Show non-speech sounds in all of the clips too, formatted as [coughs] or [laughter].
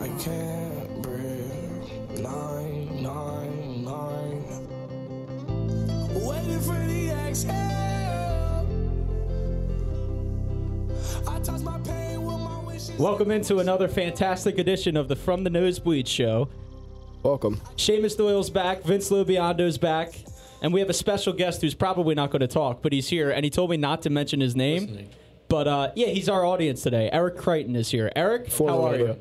I can't breathe. Nine, nine, nine. Waiting for the exhale. I toss my pain with my wishes. Welcome into another fantastic edition of the From the Nosebleed Show. Welcome. Seamus Doyle's back, Vince Lobiondo's back, and we have a special guest who's probably not going to talk, but he's here, and he told me not to mention his name. But uh, yeah, he's our audience today. Eric Crichton is here. Eric, For how the are labor. you?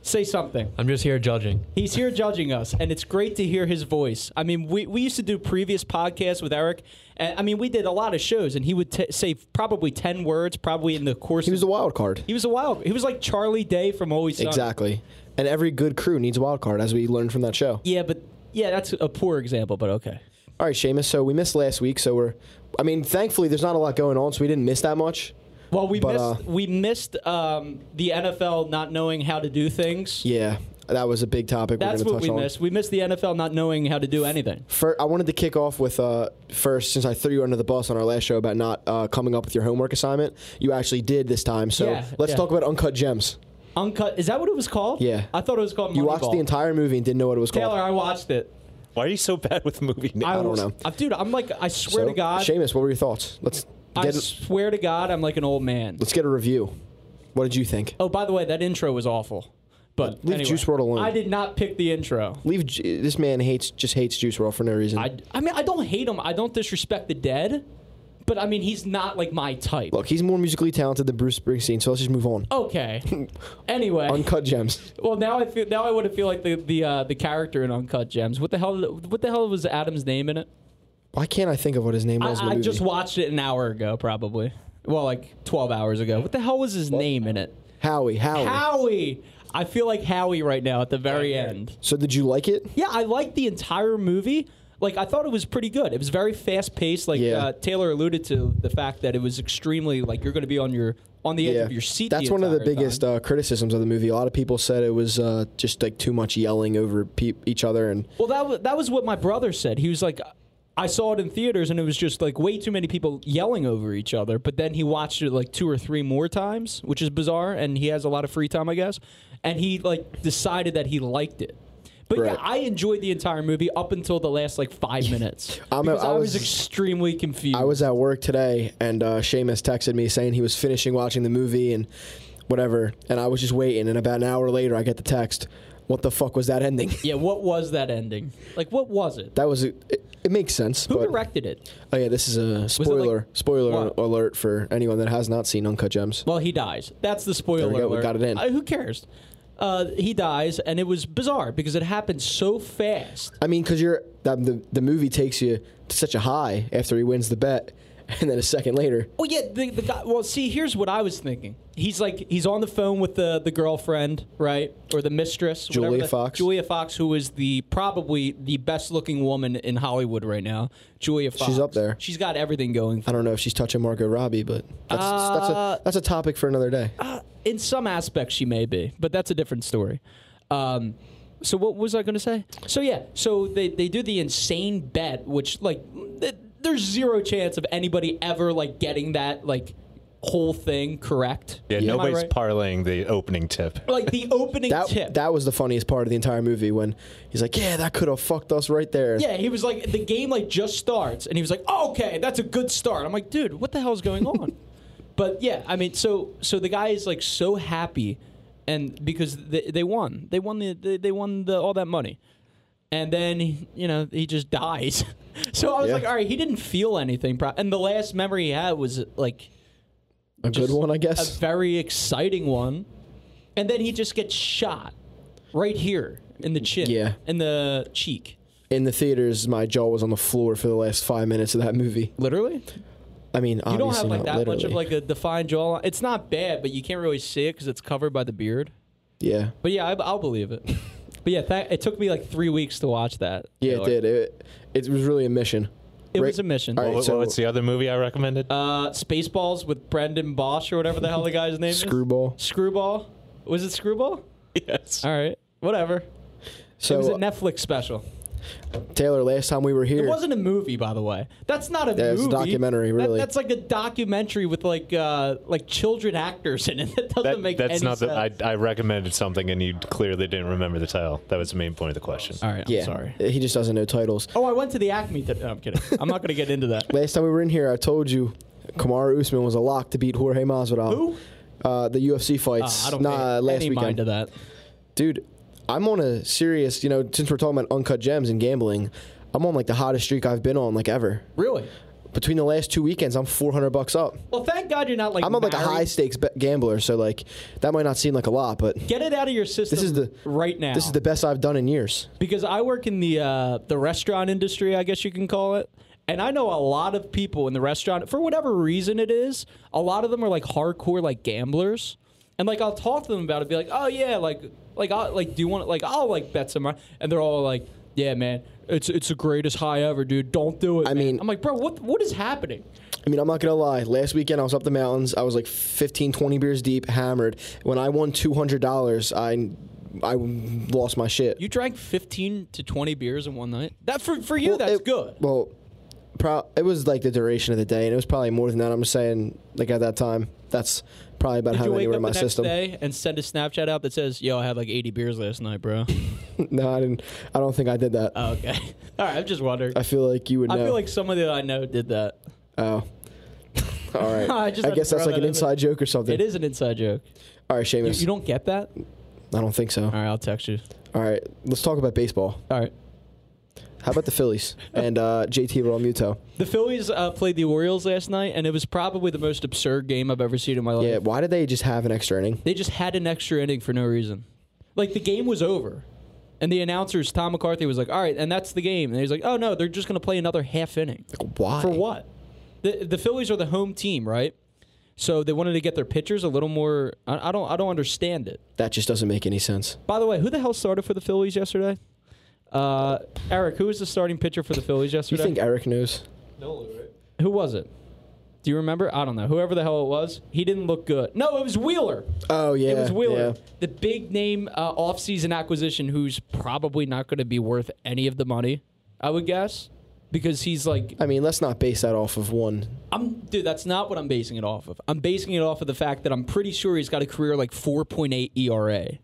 Say something. I'm just here judging. He's here judging us, and it's great to hear his voice. I mean, we, we used to do previous podcasts with Eric, and I mean, we did a lot of shows, and he would t- say probably 10 words, probably in the course He was a wild card. He was a wild. He was like Charlie Day from Always Sunny. Exactly. And every good crew needs a wild card, as we learned from that show. Yeah, but yeah, that's a poor example, but okay. All right, Seamus. So we missed last week. So we're, I mean, thankfully there's not a lot going on, so we didn't miss that much. Well, we But, uh, missed we missed um, the NFL not knowing how to do things. Yeah, that was a big topic. that's we're gonna what we touch on. missed. We missed the NFL not knowing how to do anything. Fir I wanted to kick off with uh, first, since I threw you under the bus on our last show about not uh, coming up with your homework assignment, you actually did this time. So Yeah, let's yeah. talk about Uncut Gems. Uncut. Is that what it was called? Yeah. I thought it was called. You watched Moneyball. the entire movie and didn't know what it was Taylor. called. I watched it. Why are you so [laughs] bad with movie I don't was- know. uh, dude. I'm like. I swear So, to God. Seamus, what were your thoughts? Let's I get swear to God, I'm like an old man. let's get a review. What did you think? Oh, by the way, that intro was awful. But Leave anyway, Juice WRLD alone. I did not pick the intro. Leave Ju- this man hates just hates Juice WRLD for no reason. I, I mean, I don't hate him. I don't disrespect the dead, but I mean, he's not like my type. Look, he's more musically talented than Bruce Springsteen, so let's just move on. [laughs] Okay. anyway, Uncut Gems. well now I feel now I would have feel like the the uh, the character in Uncut Gems. What the hell? What the hell was Adam's name in it? Why can't I think of what his name I, was in the I movie? just watched it an hour ago, probably. Well, like twelve hours ago. What the hell was his name in it? Howie, Howie. Howie. I feel like Howie right now at the very end. So did you like it? Yeah, I liked the entire movie. Like I thought it was pretty good. It was very fast paced. Like Yeah. uh, Taylor alluded to the fact that it was extremely like you're going to be on your on the edge of your seat. That's the one of the entire biggest time. uh, criticisms of the movie. A lot of people said it was uh, just like too much yelling over pe- each other, and well, that was that was what my brother said. He was like, I saw it in theaters and it was just like way too many people yelling over each other. But then he watched it like two or three more times, which is bizarre. And he has a lot of free time, I guess. And he like decided that he liked it. But yeah, Right. I enjoyed the entire movie up until the last like [laughs] five minutes I'm a- because I I was was- extremely confused. I was at work today, and uh, Seamus texted me saying he was finishing watching the movie and whatever, and I was just waiting. And about an hour later, I get the text. What the fuck was that ending? [laughs] Yeah, what was that ending? Like, what was it? that was it. It makes sense. Who but, directed it? Oh yeah, this is a like- spoiler spoiler What? alert for anyone that has not seen Uncut Gems. Well, he dies. That's the spoiler There we go, we alert. got it in. Uh, who cares? Uh, he dies, and it was bizarre because it happened so fast. I mean, because you're that, the the movie takes you to such a high after he wins the bet, [laughs] and then a second later, Well, yeah, the, the guy. Well, see, here's what I was thinking. He's like, he's on the phone with the the girlfriend, right, or the mistress, whatever Julia the- Fox. Julia Fox, who is the probably the best looking woman in Hollywood right now. Julia Fox. up there. She's got everything going. I don't know if she's touching Margot Robbie, but that's that's Uh, a that's a topic for another day. oh, in some aspects she may be, but that's a different story. Um, so what was I going to say? So yeah, so they, they do the insane bet, which like th- there's zero chance of anybody ever like getting that like whole thing correct. Yeah, Am I nobody's right? Oh, parlaying the opening tip. like the opening that tip. that was the funniest part of the entire movie when he's like, "Yeah, that could have fucked us right there." yeah, he was like the game like just starts, and he was like, "Oh, "Okay, that's a good start." I'm like, "Dude, what the hell's going [laughs] on?" but yeah, I mean, so so the guy is like so happy, and because they, they won, they won the they, they won the all that money, and then you know he just dies. [laughs] so I was Yeah. like, "All right, he didn't feel anything." Pro- and the last memory he had was like a good just one, I a guess. very exciting one, and then he just gets shot right here in the chin, Yeah. in the cheek. In the theaters, my jaw was on the floor for the last five minutes of that movie. Literally, I mean, You don't have obviously like that not much of literally. like a defined jawline. It's not bad, but you can't really see it because it's covered by the beard. yeah. But yeah, I, I'll believe [laughs] it. but yeah, that, it took me like three weeks to watch that. Yeah, Taylor. it did. It, it was really a mission. It Ra- was a mission. All right, What, so what's the other movie I recommended? Uh, Spaceballs with Brendan Bosch or whatever the hell the guy's name is. screwball. Screwball. Was it Screwball? [laughs] yes. All right, whatever. So it was a Netflix special. Taylor, last time we were here, It wasn't a movie, by the way. That's not a Yeah, it's movie. a documentary, That- really. that's like a documentary with like uh, like children actors in it. [laughs] That doesn't That, make that's any not the. sense. I, I recommended something and you clearly didn't remember the title. That was the main point of the question. All right, I'm yeah, sorry. he just doesn't know titles. Oh, I went to the Acme. Th- no, I'm kidding. I'm not going to get into [laughs] that. Last time we were in here, I told you Kamara Usman was a lock to beat Jorge Masvidal. Who? Uh, the UFC Uh, fights. I don't nah, pay last any weekend. mind to that. Dude, I'm on a serious. You know, since we're talking about uncut gems and gambling, I'm on like the hottest streak I've been on like ever. Really? Between the last two weekends, I'm 400 bucks up. Well, thank God you're not like. I'm on like a married. high stakes bet gambler, so like that might not seem like a lot, but Get it out of your system. is the- right now. this is the best I've done in years. because I work in the uh, the restaurant industry, I guess you can call it. And I know a lot of people in the restaurant for whatever reason it is. A lot of them are like hardcore like gamblers, and like I'll talk to them about it, be like, oh yeah, like like I like do you want like I'll like bet some, money," and they're all like, yeah man, it's it's the greatest high ever, dude. Don't do it. I man." mean- I'm like, bro, what what is happening? I mean, I'm not gonna lie. Last weekend, I was up the mountains. I was like 15, 20 beers deep, hammered. When I won two hundred dollars, I I lost my shit. You drank 15 to 20 beers in one night. That for for you, Well, that's it- good. Well, pro- it was like the duration of the day, and it was probably more than that. I'm just saying, like at that time, that's probably about Did how you many wake were up in my the next system. day and send a Snapchat out that says, "Yo, I had like 80 beers last night, bro." [laughs] no, I didn't. I don't think I did that. Oh, okay. [laughs] All right. I'm just wondering. I feel like you would know. I feel like somebody that I know did that. oh. [laughs] All right. [laughs] I I, just had to guess throw that's like that an in inside joke or something. It is an inside joke. All right, You, Seamus. you don't get that? I don't think so. All right. I'll text you. All right, let's talk about baseball. All right. How about [laughs] the Phillies and uh, JT Realmuto? The Phillies uh, played the Orioles last night, and it was probably the most absurd game I've ever seen in my life. Yeah, why did they just have an extra inning? They just had an extra inning for no reason. Like the game was over. And the announcers, Tom McCarthy, was like, all right, and that's the game. And he's like, oh, no, they're just going to play another half inning. Why? For what? The the Phillies are the home team, right? So they wanted to get their pitchers a little more. I, I don't I don't understand it. That just doesn't make any sense. By the way, who the hell started for the Phillies yesterday? Uh, Eric, who was the starting pitcher for the Phillies Do yesterday? you think Eric knows? who was it? Do you remember? I don't know. Whoever the hell it was, he didn't look good. No, it was Wheeler. Oh yeah, it was Wheeler, yeah. the big name uh, offseason acquisition, who's probably not going to be worth any of the money, I would guess, because he's like I mean, let's not base that off of one. I'm dude, that's not what I'm basing it off of. I'm basing it off of the fact that I'm pretty sure he's got a career like 4.8 ERA. E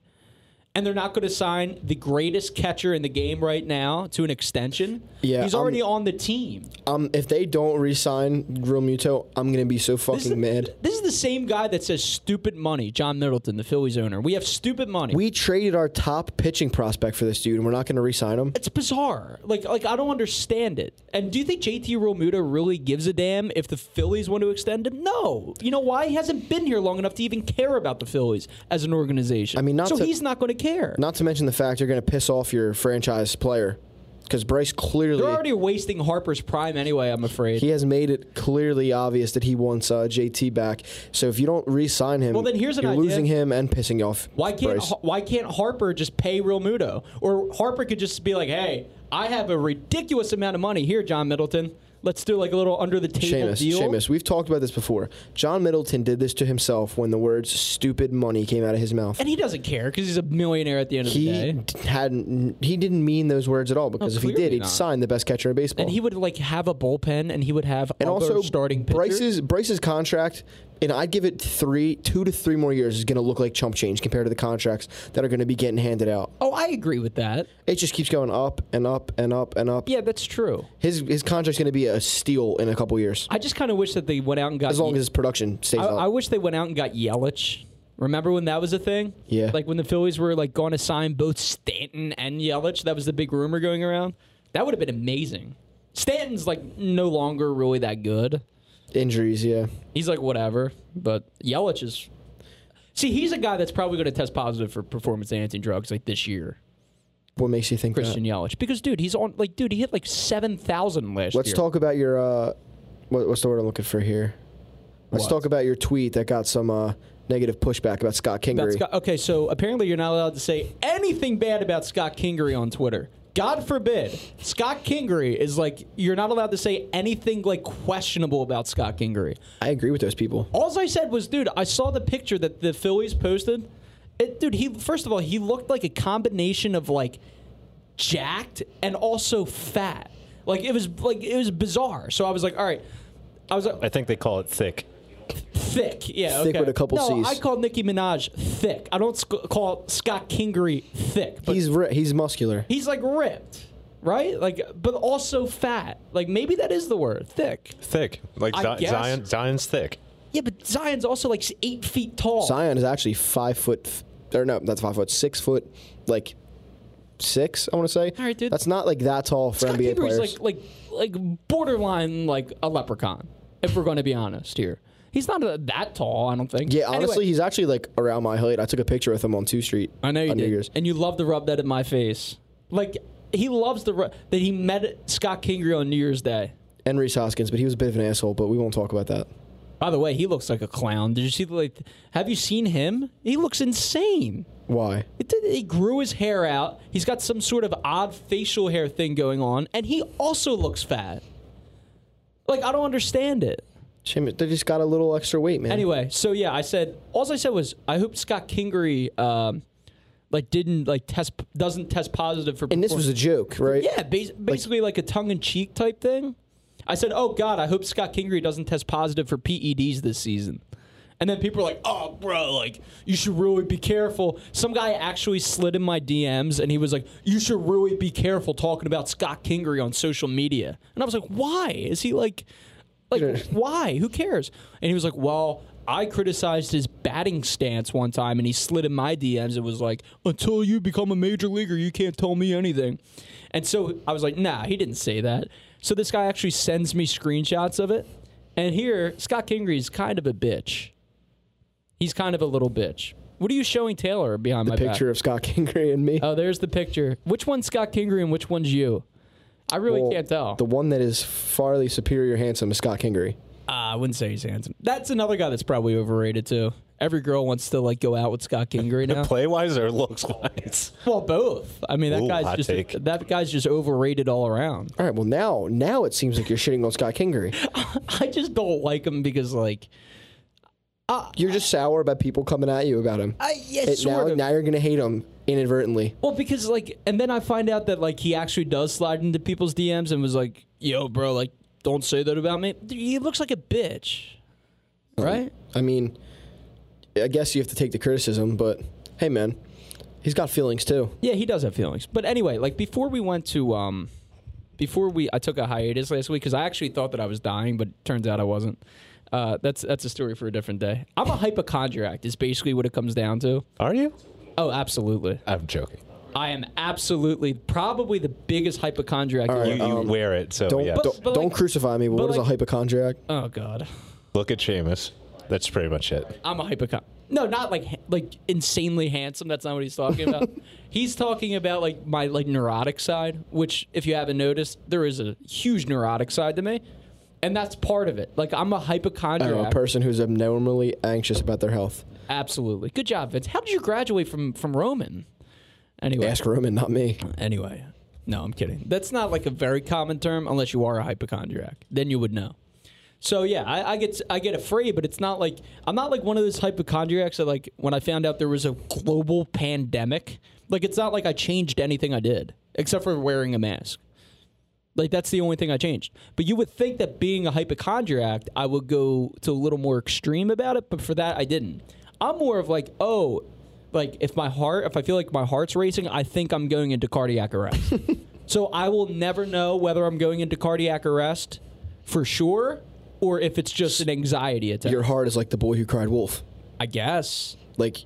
And they're not going to sign the greatest catcher in the game right now to an extension. Yeah, he's I'm- already on the team. Um, if they don't re-sign Realmuto, I'm gonna be so This is, fucking mad. this is the same guy that says stupid money, John Middleton, the Phillies owner. We have stupid money. We traded our top pitching prospect for this dude, and we're not gonna re-sign him. it's bizarre. Like, like I don't understand it. And do you think JT Realmuto really gives a damn if the Phillies want to extend him? No. You know why? He hasn't been here long enough to even care about the Phillies as an organization. I mean, not so to- he's not going to care. Not to mention the fact you're gonna piss off your franchise player, because Bryce clearly They're already wasting Harper's prime anyway. I'm afraid. He has made it clearly obvious that he wants uh, JT back. So if you don't re-sign him, Well, then here's an you're idea. losing him and pissing off. why can't Bryce. Ha- Why can't Harper just pay Real Muto? Or Harper could just be like, "Hey, I have a ridiculous amount of money here, John Middleton. Let's do like a little under the table Seamus, deal." Seamus, we've talked about this before. John Middleton did this to himself when the words "stupid money" came out of his mouth. And he doesn't care because he's a millionaire at the end of the He day. d- hadn't. He didn't mean those words at all. Because if he clearly did, he'd not. sign the best catcher in baseball. And he would like have a bullpen, and he would have And other also starting pitchers. Bryce's Bryce's contract, and I'd give it three, two to three more years is going to look like chump change compared to the contracts that are going to be getting handed out. oh, I agree with that. It just keeps going up and up and up and up. Yeah, that's true. His his contract's going to be a steal in a couple years, I just kind of wish that they went out and got as long as his production stays I, up. I wish they went out and got Yelich. Remember when that was a thing? Yeah. Like when the Phillies were like going to sign both Stanton and Yelich. That was the big rumor going around. That would have been amazing. Stanton's like no longer really that good. Injuries, yeah. He's like whatever, but Yelich is. See, he's a guy that's probably going to test positive for performance enhancing drugs like this year, What makes you think Christian that? Yelich. Because dude, he's on like dude, he hit like seven thousand last Let's year. talk about your uh, what, what's the word I'm looking for here? Let's What? talk about your tweet that got some uh, negative pushback about Scott about Kingery. Scott. Okay, so apparently you're not allowed to say anything bad about Scott Kingery on Twitter. God forbid. Scott Kingery is like you're not allowed to say anything like questionable about Scott Kingery. I agree with those people. All I said was, dude, I saw the picture that the Phillies posted. It, dude, he first of all he looked like a combination of like jacked and also fat. Like it was like it was bizarre. So I was like, all right. I was like, I think they call it thick. thick. Yeah, Thick okay. with a couple no, Cs. I call Nicki Minaj thick. I don't sc- call Scott Kingery thick, but He's ri- he's muscular. he's like ripped, right? Like, but also fat. Like maybe that is the word, thick. Thick. Like I Zi- guess. Zion, Zion's thick. Yeah, but Zion's also like eight feet tall. Zion is actually five foot, f- or no, that's five foot, six foot, like six. I want to say. All right, dude. That's not like that tall for Scott NBA Kingery's players. like like like borderline like a leprechaun. If we're going to be honest here, he's not uh that tall. I don't think. yeah, Anyway, honestly, he's actually like around my height. I took a picture with him on Two Street. I know you on New did, Year's. and you love to rub that in my face. Like he loves the ru- that he met Scott Kingery on New Year's Day. And Reese Hoskins, but he was a bit of an asshole. But we won't talk about that. By the way, he looks like a clown. Did you see the like? Have you seen him? He looks insane. Why? It did, he grew his hair out. He's got some sort of odd facial hair thing going on, and he also looks fat. Like I don't understand it. Shame it- they just got a little extra weight, man. Anyway, so yeah, I said all I said was I hope Scott Kingery um, like didn't like test doesn't test positive for. and this was a joke, right? Yeah, bas- basically like, a tongue in cheek type thing. I said, "Oh God, I hope Scott Kingery doesn't test positive for PEDs this season." And then people are like, "Oh, bro, like you should really be careful." Some guy actually slid in my DMs and he was like, "You should really be careful talking about Scott Kingery on social media." And I was like, "Why? Is he like, like [laughs] why? Who cares?" And he was like, "Well." I criticized his batting stance one time, and he slid in my DMs and was like, "Until you become a major leaguer, you can't tell me anything." And so I was like, nah, he didn't say that. So this guy actually sends me screenshots of it. And here, Scott Kingery is kind of a bitch. He's kind of a little bitch. What are you showing Taylor behind my Picture Back? of Scott [laughs] Kingery and me. Oh, there's the picture. Which one's Scott Kingery and which one's you? I really Well, can't tell. The one that is farly superior handsome is Scott Kingery. Ah, I wouldn't say he's handsome. That's another guy that's probably overrated too. Every girl wants to like go out with Scott Kingery now. Play wise or [laughs] looks wise? [laughs] well, both. I mean, that Ooh, guy's hot just take. that guy's just overrated all around. All right, well now now it seems like you're shitting on Scott Kingery. [laughs] I just don't like him because like You're just sour about people coming at you about him. I yeah, It- sort now, of. now you're gonna hate him inadvertently. Well, because like, and then I find out that like he actually does slide into people's DMs and was like, "Yo, bro, like, don't say that about me." Dude, He looks like a bitch, right? I mean, I guess you have to take the criticism, but hey, man, he's got feelings too. Yeah, he does have feelings. But anyway, like before we went to, um, before we, I took a hiatus last week because I actually thought that I was dying, but turns out I wasn't. Uh, that's that's a story for a different day. I'm a hypochondriac. Is basically what it comes down to. Are you? Oh, absolutely. I'm joking. I am absolutely probably the biggest hypochondriac. All You, right, you um, wear it, so don't yeah. don't, but don't like- crucify me. But, but what is like- a hypochondriac? Oh God. Look at Seamus. That's pretty much it. I'm a hypochondriac. No, not like ha- like insanely handsome. That's not what he's talking [laughs] about. he's talking about like my like neurotic side, which if you haven't noticed, there is a huge neurotic side to me, and that's part of it. Like I'm a I don't know, Oh, a hypochondriac. person who's abnormally anxious about their health. Absolutely. Good job, Vince. How did you graduate from from Roman? Anyway, Ask Roman, not me. anyway. No, I'm kidding. That's not like a very common term unless you are a hypochondriac. Then you would know. So yeah, I, I get I get afraid, but it's not like I'm not like one of those hypochondriacs that like when I found out there was a global pandemic, like it's not like I changed anything I did except for wearing a mask. Like that's the only thing I changed. But you would think that being a hypochondriac, I would go to a little more extreme about it, but for that I didn't. I'm more of like, oh, like if my heart, if I feel like my heart's racing, I think I'm going into cardiac arrest. so I will never know whether I'm going into cardiac arrest for sure or if it's just an anxiety attack. Your heart is like the boy who cried wolf. I guess. Like,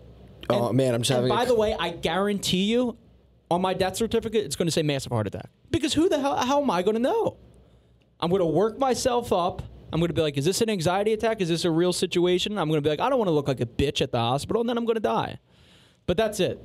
oh man, I'm just And having. by a, the way, I guarantee you, on my death certificate, it's going to say massive heart attack. Because who the hell? How am I going to know? I'm going to work myself up. I'm going to be like, is this an anxiety attack? Is this a real situation? I'm going to be like, I don't want to look like a bitch at the hospital, and then I'm going to die. But that's it.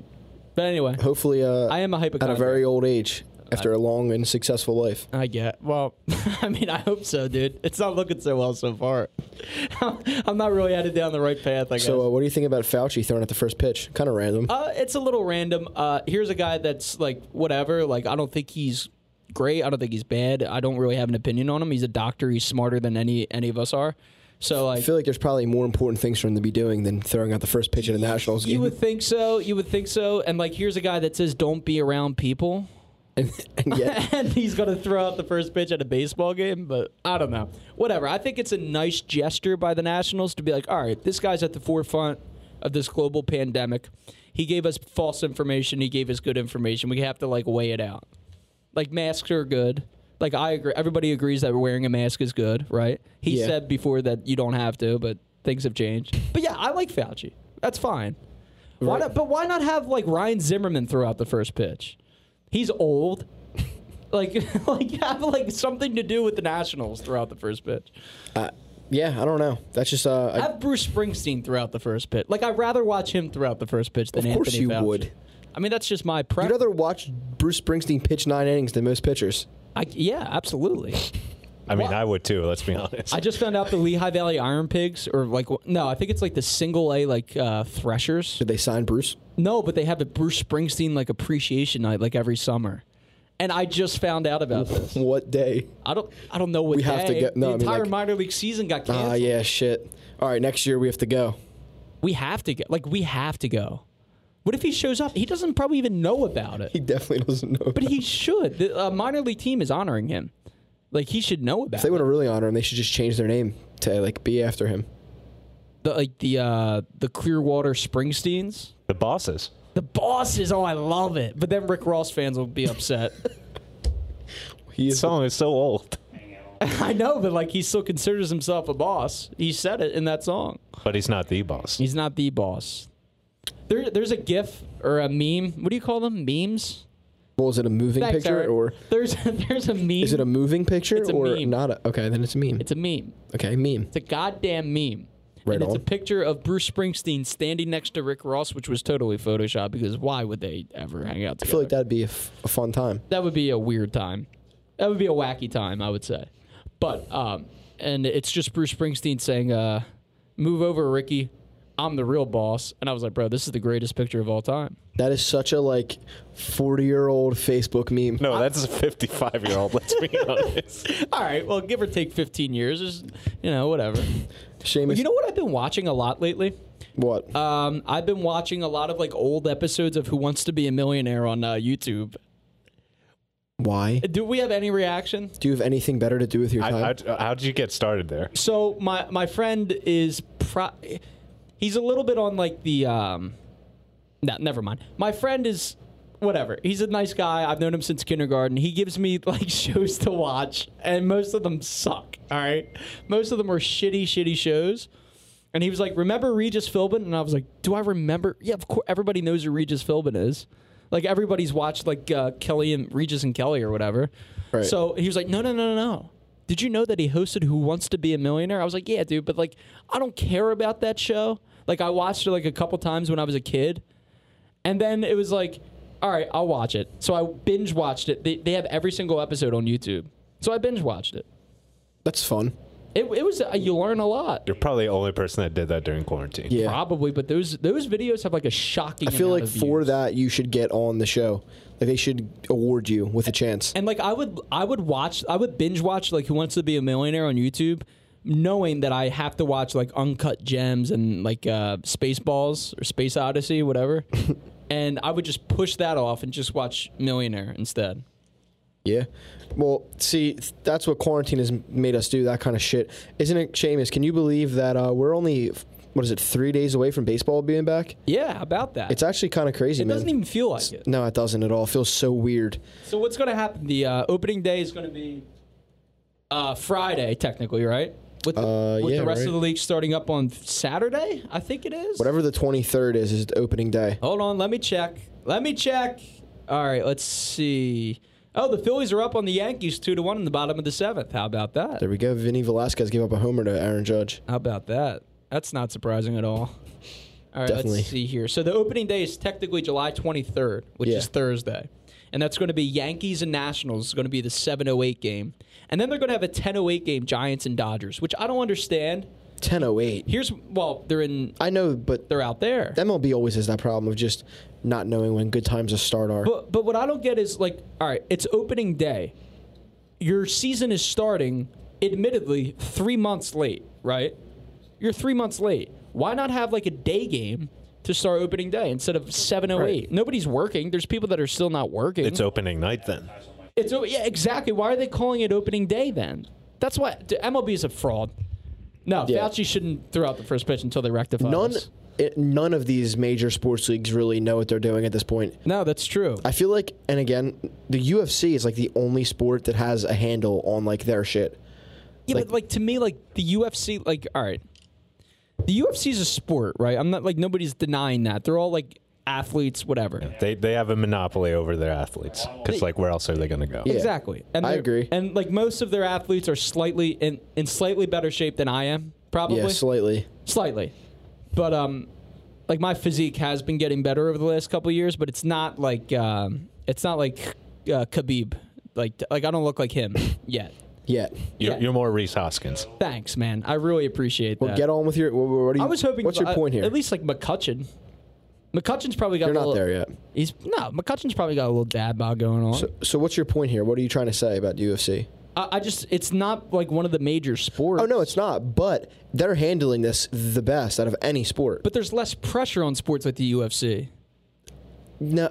But anyway, hopefully, uh, I am a at a hypochondriac. very old age, after a long and successful life. I get. Well, [laughs] I mean, I hope so, dude. It's not looking so well so far. [laughs] I'm not really headed down the right path. I guess. So, uh, what do you think about Fauci throwing at the first pitch? Kind of random. Uh, it's a little random. Uh, here's a guy that's like whatever. Like I don't think he's great. I don't think he's bad. I don't really have an opinion on him. He's a doctor. He's smarter than any any of us are. So I like feel like there's probably more important things for him to be doing than throwing out the first pitch at a Nationals you game. would think so. You would think so. And like here's a guy that says don't be around people. and, [laughs] [laughs] [laughs] and yet and he's going to throw out the first pitch at a baseball game, but I don't know. Whatever. I think it's a nice gesture by the Nationals to be like, all right, this guy's at the forefront of this global pandemic. He gave us false information. He gave us good information. We have to like weigh it out. Like masks are good. Like I agree. Everybody agrees that wearing a mask is good, right? He Yeah. said before that you don't have to, but things have changed. But yeah, I like Fauci. That's fine. Why Right. not, but why not have like Ryan Zimmerman throw out the first pitch? He's old. [laughs] Like, [laughs] like have like something to do with the Nationals throughout the first pitch. uh, yeah, I don't know. That's just uh, I- Have Bruce Springsteen throughout the first pitch. Like, I'd rather watch him throughout the first pitch than Of course Anthony you Fauci. would. I mean, that's just my you'd preference. rather watch Bruce Springsteen pitch nine innings than most pitchers. I, yeah, [laughs] absolutely. I mean, What? I would too. Let's be honest. I just found out the Lehigh Valley Iron Pigs, or like, wh- no, I think it's like the single A like uh, Threshers. Did they sign Bruce? [laughs] No, but they have a Bruce Springsteen like appreciation night like every summer, and I just found out about this. What day? I don't, I don't know what We have to day. get- no, the I mean, entire like- minor league season got canceled. Ah, yeah, shit. All right, next year we have to go. [laughs] We have to go. Like we have to go. What if he shows up? He doesn't probably even know about He it. definitely doesn't know. But he should. The uh, minor league team is honoring him. Like he should know about if they it. want to really honor him, they should just change their name to like be after him. The, like the uh, the Clearwater Springsteens. the bosses. The bosses. Oh, I love it. But then Rick Ross fans will be [laughs] upset. He The is song is so old, I know, but like he still considers himself a boss. He said it in that song. but he's not the boss. He's not the boss. There, there's a GIF or a meme. What do you call them? Memes. well, is it a moving Thanks, picture Eric. or there's there's a meme. is it a moving picture It's a or meme. not? A, okay, then it's a meme. It's a meme. okay, meme. It's a goddamn meme. Right and it's on. a picture of Bruce Springsteen standing next to Rick Ross, which was totally photoshopped because why would they ever hang out I together? feel like that'd be a, f- a fun time. that would be a weird time. That would be a wacky time, I would say. But um, and it's just Bruce Springsteen saying, uh, "Move over, Ricky. I'm the real boss." And I was like, "Bro, this is the greatest picture of all time." [laughs] That is such a like forty-year-old Facebook meme. no, that's a 55 year old. Let's be honest. [laughs] All right, well, give or take 15 years, is you know, whatever. Seamus, you know what I've been watching a lot lately? what? Um, I've been watching a lot of like old episodes of Who Wants to Be a Millionaire on uh, YouTube. Why? Do we have any reaction? Do you have anything better to do with your I, time? how, how'd you get started there? So my my friend is pro- he's a little bit on like the um no, never mind. My friend is whatever. He's a nice guy. I've known him since kindergarten. He gives me [laughs] like shows to watch and most of them suck, all right? Most of them are shitty shitty shows. And he was like, "Remember Regis Philbin?" And I was like, "Do I remember? Yeah, of course. Everybody knows who Regis Philbin is. Like everybody's watched like uh, Kelly and Regis and Kelly or whatever." Right. So he was like, "No, no, no, no, no. Did you know that he hosted Who Wants to Be a Millionaire?" I was like, "Yeah, dude, but like I don't care about that show. Like I watched it like a couple times when I was a kid, and then it was like, all right, I'll watch it. So I binge watched it. They, they have every single episode on YouTube. So I binge watched it. That's fun. It, it was uh, you learn a lot. You're probably the only person that did that during quarantine. Yeah. Probably, but those those videos have like a shocking. I feel amount like of for views. that you should get on the show. Like they should award you with a chance. and like I would I would watch I would binge watch like Who Wants to Be a Millionaire on YouTube, knowing that I have to watch like Uncut Gems and like uh, Spaceballs or Space Odyssey, [laughs] whatever. and I would just push that off and just watch Millionaire instead. Yeah. Well, see, th- that's what quarantine has m- made us do. That kind of shit, isn't it, Seamus? Can you believe that uh, we're only f- what is it, three days away from baseball being back? Yeah, about that. It's actually kind of crazy, it man. doesn't even feel like it. no, it doesn't at all. It feels so weird. So what's going to happen? The uh, opening day is going to be uh, Friday, technically, right? With the, Uh, with yeah, the rest right. of the league starting up on Saturday, I think it is. Whatever the twenty third is, is the opening day. Hold on, let me check. Let me check. All right, let's see. Oh, the Phillies are up on the Yankees two to one in the bottom of the seventh. How about that? There we go. Vinny Velasquez gave up a homer to Aaron Judge. How about that? That's not surprising at all. All right, Definitely. let's see here. So the opening day is technically July 23rd, which Yeah. is Thursday. And that's going to be Yankees and Nationals. It's going to be the 7:08 game. And then they're going to have a 10:08 game Giants and Dodgers, which I don't understand. Ten oh eight. Here's well, they're in I know, but they're out there. MLB always has that problem of just not knowing when good times to start are. But but what I don't get is like, all right, it's opening day. Your season is starting, admittedly, three months late, right? You're three months late. Why not have like a day game to start opening day instead of 7:08. Nobody's working. There's people that are still not working. It's opening night then. It's o- yeah, exactly. Why are they calling it opening day then? That's why d- MLB is a fraud. No, Yeah. Fauci shouldn't throw out the first pitch until they rectify. None, this. it, none of these major sports leagues really know what they're doing at this point. No, that's true. I feel like, and again, the UFC is like the only sport that has a handle on like their shit. Yeah, Like- but like to me, like the UFC, like all right, the UFC is a sport, right? I'm not like nobody's denying that. They're all like athletes, whatever. They they have a monopoly over their athletes because like where else are they gonna go? Yeah. Exactly. And I they're- agree. And like most of their athletes are slightly in in slightly better shape than I am, probably Yeah, slightly. slightly, but um, like my physique has been getting better over the last couple of years, but it's not like um, it's not like uh, Khabib. Like like I don't look like him [laughs] yet. Yeah. You're, Yeah. you're more Reese Hoskins. Thanks, man. I really appreciate Well, that. get on with your. What, what do you, I was hoping. What's your uh, point here? At least like McCutcheon. McCutcheon's probably got. you're a not little, there yet. He's no. McCutcheon's probably got a little dad bod going on. So, so what's your point here? What are you trying to say about the UFC? I, I just. It's not like one of the major sports. Oh no, it's not. But they're handling this the best out of any sport. But there's less pressure on sports like the UFC. No,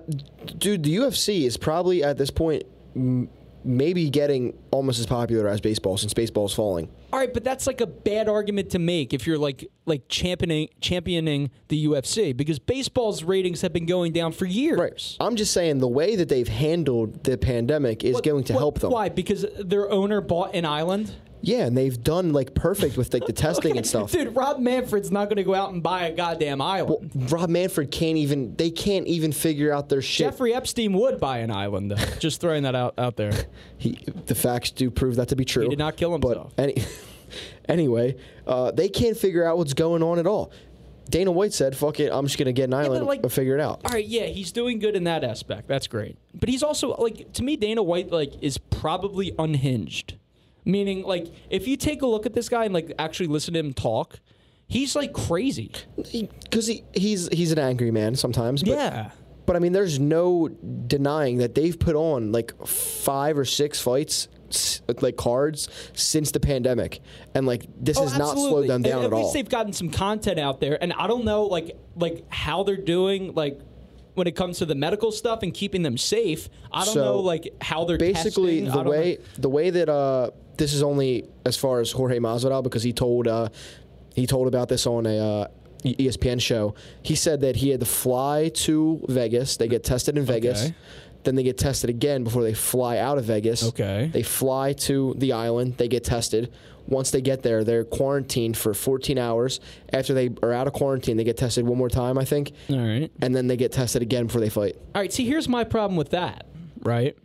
dude, the UFC is probably at this point m- maybe getting almost as popular as baseball since baseball's falling. All right, but that's like a bad argument to make if you're like like championing championing the UFC because baseball's ratings have been going down for years. I'm just saying the way that they've handled the pandemic is What- going to what- help them. Why? Because their owner bought an island. Yeah, and they've done like perfect [laughs] with like the testing and stuff. Dude, Rob Manfred's not going to go out and buy a goddamn island. Rob Manfred can't even they can't even figure out their shit. Jeffrey Epstein would buy an island, [laughs] though. Just throwing that out, out there. He, the facts do prove that to be true. He did not kill himself. But any, [laughs] anyway, uh, they can't figure out what's going on at all. Dana White said, "Fuck it, I'm just gonna get an island like- and figure it out." All right, yeah, he's doing good in that aspect. That's great. But he's also like to me Dana White like is probably unhinged. Meaning like if you take a look at this guy and like actually listen to him talk, he's like crazy. Because he, he's he's an angry man sometimes. But, yeah. But I mean, there's no denying that they've put on like five or six fights, s- like cards, since the pandemic, and like this has not slowed them down Oh, at, at, least all. they've gotten some content out there and I don't know like like how they're doing like when it comes to the medical stuff and keeping them safe. I don't So, know like how they're basically testing. I the don't know. way the way that uh, this is only as far as Jorge Masvidal because he told uh, he told about this on a uh, E- ESPN show. He said that he had to fly to Vegas. They get tested in Vegas. Okay. Then they get tested again before they fly out of Vegas. Okay. They fly to the island. They get tested. Once they get there, they're quarantined for 14 hours. After they are out of quarantine, they get tested one more time, I think, All right. and then they get tested again before they fight. All right, see here's my problem with that, right?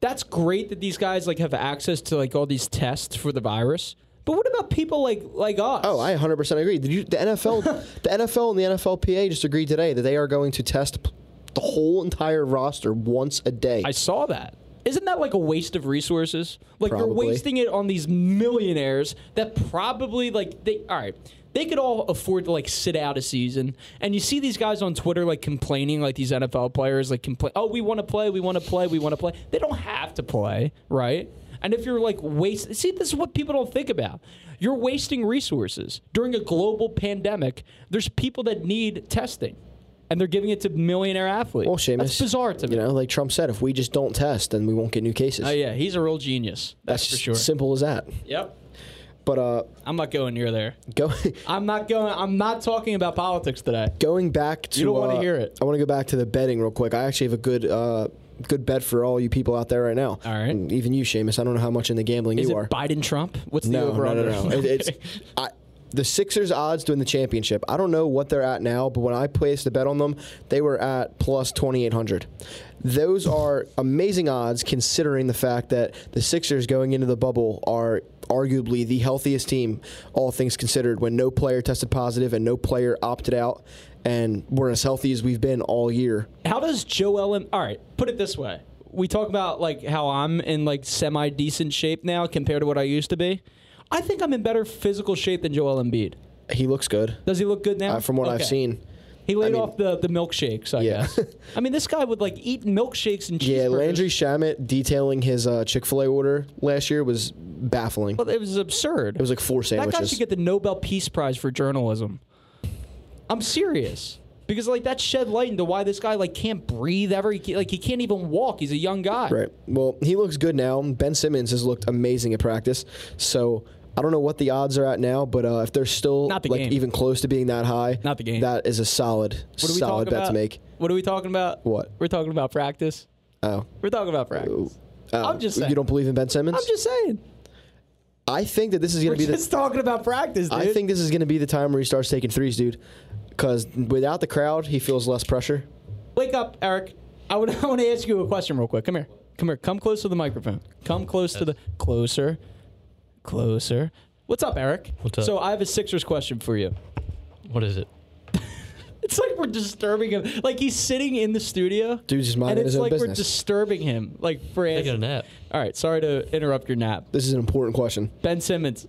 That's great that these guys like have access to like all these tests for the virus. But what about people like like us? Oh, I 100% agree. Did you [laughs] the NFL the NFL and the NFLPA just agreed today that they are going to test p- the whole entire roster once a day. I saw that. Isn't that like a waste of resources? Like you're Probably. wasting it on these millionaires that probably like they all right. They could all afford to like sit out a season, and you see these guys on Twitter like complaining, like these NFL players like complain. Oh, we want to play, we want to play, we want to play. They don't have to play, right? And if you're like waste, see, this is what people don't think about. You're wasting resources during a global pandemic. There's people that need testing, and they're giving it to millionaire athletes. well, Seamus, That's bizarre to me. You know, like Trump said, if we just don't test, then we won't get new cases. Oh yeah, he's a real genius. That's, That's for sure. simple as that. Yep. But uh, I'm not going near there. go, [laughs] I'm not going. I'm not talking about politics today. going back to You don't wanna uh, hear it. I want to go back to the betting real quick. I actually have a good uh, good bet for all you people out there right now. All right. And even you, Seamus. I don't know how much in the gambling Is you it are. Biden Trump? What's the No, over no, no, [laughs] no. It, it's I, the Sixers odds to win the championship. I don't know what they're at now, but when I placed a bet on them, they were at plus twenty eight hundred. Those are amazing odds considering the fact that the Sixers going into the bubble are arguably the healthiest team, all things considered, when no player tested positive and no player opted out, and we're as healthy as we've been all year. How does Joel? Em- All right, put it this way. We talk about like how I'm in like semi decent shape now compared to what I used to be. I think I'm in better physical shape than Joel Embiid. He looks good Does he look good now? uh, from what I've Okay. seen. He laid mean- off the, the milkshakes, I Yeah. [laughs] guess. I mean, this guy would like eat milkshakes and Yeah, cheeseburgers. Landry Shamit detailing his uh, Chick fil A order last year was baffling. Well, it was absurd. It was like four That guy sandwiches. should get the Nobel Peace Prize for journalism. I'm serious. because like that shed light into why this guy like can't breathe ever. He can't, like he can't even walk. He's a young guy. Right. Well, he looks good now. Ben Simmons has looked amazing at practice. So I don't know what the odds are at now, but uh, if they're still Not the like game. even close to being that high, Not the game. That is a solid, What are we solid talking bet about? to make. What are we talking about? What? We're talking about practice. Oh, We're talking about practice. Oh. I'm just saying. You don't believe in Ben Simmons? I'm just saying. I think that this is We're going to be the. just talking about practice, dude. I think this is going to be the time where he starts taking threes, dude. Because without the crowd, he feels less pressure. Wake up, Eric. I would. [laughs] I want to ask you a question real quick. Come here. Come here. Come close to the microphone. Come close to the closer, closer. What's up, Eric? What's up? So I have a Sixers question for you. What is it? It's like we're disturbing him. Like he's sitting in the studio. Dude's just minding and it's his own like we're business. disturbing him. Like for Taking a nap. All right, sorry to interrupt your nap. This is an important question. Ben Simmons.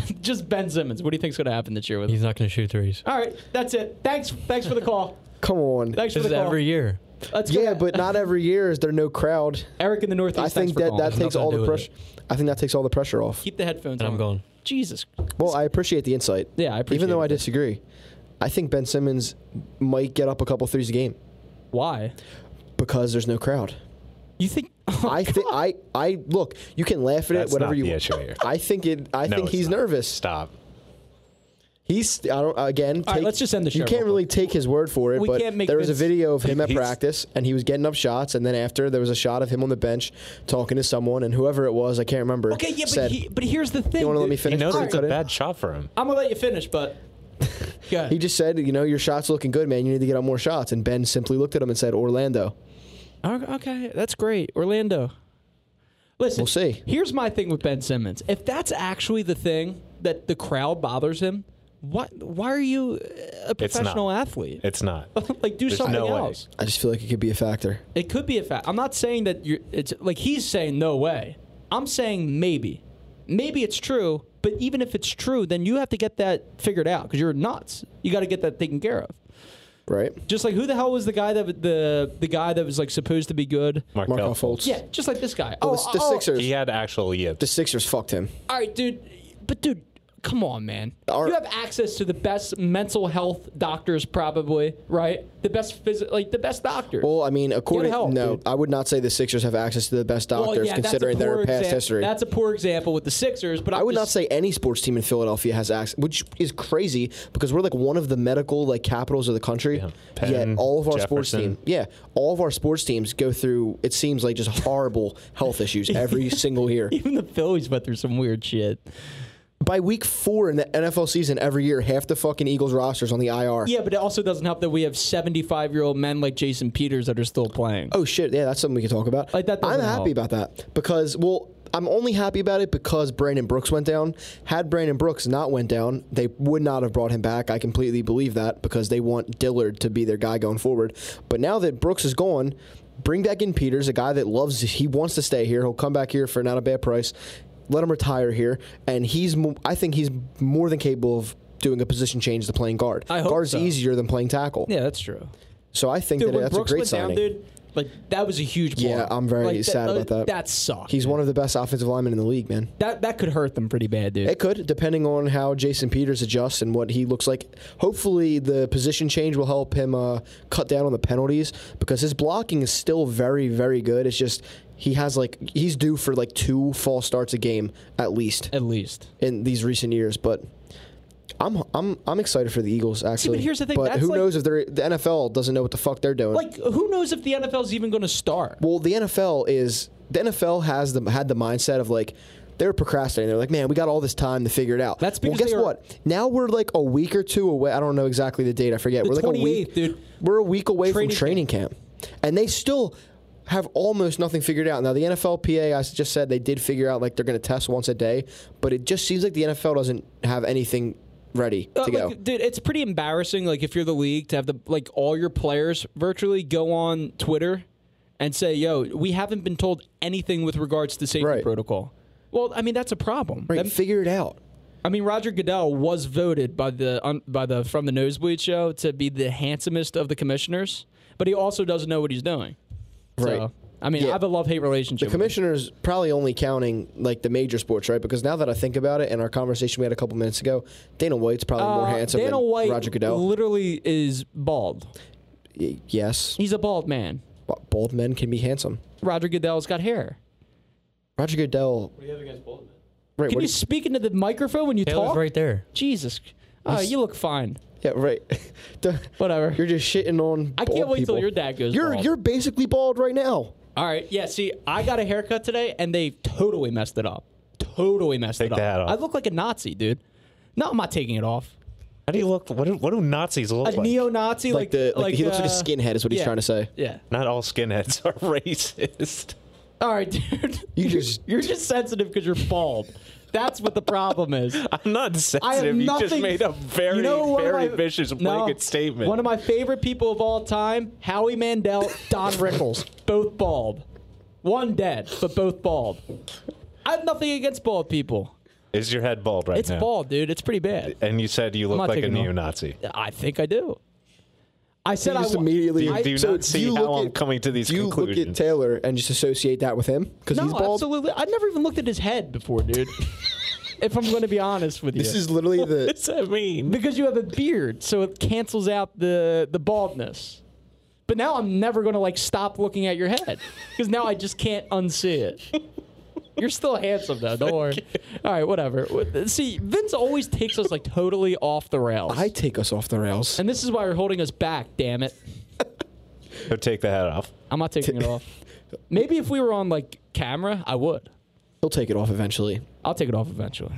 [laughs] Just Ben Simmons. What do you think's going to happen this year with him? He's not going to shoot threes. All right, that's it. Thanks thanks for the call. Come on. Thanks This for is the call. every year. Let's go Yeah, back. but not every year is there no crowd. Eric in the Northeast. I think thanks for that calling. that takes nothing all to the do with pressure. I think that takes all the pressure off. Keep the headphones And I'm on. gone. Jesus. Well, I appreciate the insight. Yeah, I appreciate Even though it. I disagree, I think Ben Simmons might get up a couple threes a game Why? because there's no crowd. You think [laughs] oh, I think I I look. You can laugh at That's it, whatever not you the want. issue here. I think it. I No, think it's he's not. nervous. Stop. He's. I don't. Again, All right, let's just end the show You can't real really take his word for it. We but can't make there was a Vince- video of him [laughs] at He's- practice, and he was getting up shots, and then after there was a shot of him on the bench talking to someone, and whoever it was, I can't remember. Okay, yeah, but said, he, but here's the thing. "You want to let that- me He finish?" knows before I it's a cut in?" bad shot for him. I'm going to let you finish, [laughs] but Go ahead. He just said, you know, your shot's looking good, man. You need to get on more shots. And Ben simply looked at him and said, Orlando. Okay, okay, that's great. Orlando. Listen, We'll see. Here's my thing with Ben Simmons. If that's actually the thing that the crowd bothers him, what? Why are you a professional athlete? [laughs] It's not. [laughs] like do There's something no way. else. I just feel like it could be a factor. It could be a fact. I'm not saying that you're. It's like he's saying no way. I'm saying maybe. Maybe it's true, but even if it's true, then you have to get that figured out because you're nuts. You got to get that taken care of. Right? Just like who the hell was the guy that the the guy that was like supposed to be good? Markel Fultz. Yeah, just like this guy. Well, oh, the, the oh, Sixers. He had actual yips. The Sixers fucked him. All right, dude. But dude, come on, man. Our- you have access to the best mental health doctors, probably, right? The best phys- like the best doctors. Well, I mean, according help, no, dude. I would not say the Sixers have access to the best Well, doctors yeah, that's a considering their poor past exam- history. That's a poor example with the Sixers, but I would not say any sports team in Philadelphia has access, which is crazy because we're like one of the medical like capitals of the country. Yeah. yet Penn, all of our sports Jefferson. team, yeah, all of our sports teams go through it seems like just horrible health issues [laughs] every single year. [laughs] even the Phillies went through some weird shit. By week four in the NFL season, every year, half the fucking Eagles rosters on the IR. Yeah, but it also doesn't help that we have seventy-five-year-old men like Jason Peters that are still playing. Oh shit! Yeah, that's something we can talk about. Like, that I'm doesn't happy help. about that because well, I'm only happy about it because Brandon Brooks went down. Had Brandon Brooks not went down, they would not have brought him back. I completely believe that because they want Dillard to be their guy going forward. But now that Brooks is gone, bring back in Peters, a guy that loves. He wants to stay here. He'll come back here for not a bad price. Let him retire here, and he's. mo- I think he's more than capable of. Doing a position change to playing guard. I hope Guard's so. easier than playing tackle. yeah, that's true. So I think Dude, that when that's Brooks a great went signing. down, dude, like that was a huge. Yeah, blow. I'm very Like, that- uh, sad about that. That sucked. He's one of the best offensive linemen in the league, man. that that could hurt them pretty bad, dude. It could, depending on how Jason Peters adjusts and what he looks like. Hopefully, the position change will help him uh, cut down on the penalties because his blocking is still very, very good. It's just he has like he's due for like two false starts a game at least at least. in these recent years, but. I'm, I'm I'm excited for the Eagles actually. here's the thing, But that's who like- knows if they're the NFL doesn't know what the fuck they're doing. Like, who knows if the NFL's even going to start? Well, the NFL is the NFL has the had the mindset of like they're procrastinating. They're like, man, we got all this time to figure it out. That's well. because Guess they are- what? Now we're like a week or two away. I don't know exactly the date. I forget. The we're like a 28th, week. dude. We're a week away Training from training camp. and they still have almost nothing figured out. Now the NFLPA, I s- just said they did figure out like they're going to test once a day, but it just seems like the NFL doesn't have anything ready Uh, to go. like, dude, it's pretty embarrassing. Like, if you're the league, to have the like all your players virtually go on Twitter and say, "Yo, we haven't been told anything with regards to safety Right. protocol." Well, I mean, that's a problem. right, That- figure it out. I mean, Roger Goodell was voted by the un, by the from the nosebleed show to be the handsomest of the commissioners, but he also doesn't know what he's doing. Right. So, I mean, Yeah. I have a love hate relationship. The with him. commissioner's probably only counting like the major sports, right? Because now that I think about it, in our conversation we had a couple minutes ago, Dana White's probably more Uh, handsome Dana than White Roger Goodell. literally is bald. Y- yes, He's a bald man. b- bald men can be handsome. Roger Goodell's got hair. Roger Goodell. do you have against Bolton? Right, Can what you do speak into the microphone when you Taylor's talk? right there. Jesus. Oh, you look fine. you- yeah, right. [laughs] The- Whatever. you're just shitting on. I can't bald wait till people. your dad goes You're bald. you're basically bald right now. All right. Yeah. See, I got a haircut today, and they totally messed it up. Totally messed Take it up. the hat off. I look like a Nazi, dude. No, I'm not taking it off. How do you look? What do, what do Nazis look A like? neo-Nazi, Like like, the like, he looks like a uh, skinhead is what he's yeah. trying to say. Yeah. Not all skinheads [laughs] are racist. All right, [laughs] dude. You just- you're just sensitive because you're bald. That's what the problem [laughs] is. I'm not I have sensitive. You nothing. just made a very, You know, one of very my- vicious no, blanket statement. One of my favorite people of all time, Howie Mandel, Don Rickles, both bald. One dead, but both bald. I have nothing against bald people. Is your head bald right It's now? bald, dude. It's pretty bad. And you said you look not like a taking it off. neo-Nazi. I think I do. I said You I just wa- immediately. Do you- do you so not see you how look I'm at- coming to these do you look at conclusions? Taylor and just associate that with him because No, he's bald. absolutely. I never even looked at his head before, dude. [laughs] if I'm going to be honest with you, This is literally [laughs] the What's that mean? because you have a beard, so it cancels out the the baldness. But now I'm never going to like stop looking at your head because now I just can't unsee it. You're still handsome though. Don't worry. All right, whatever. Wh- See, Vince always takes us like totally off the rails, I take us off the rails. and this is why you're holding us back. Damn it! So take the hat off. I'm not taking it off. Maybe if we were on like camera, I would. He'll take it off eventually. I'll take it off eventually.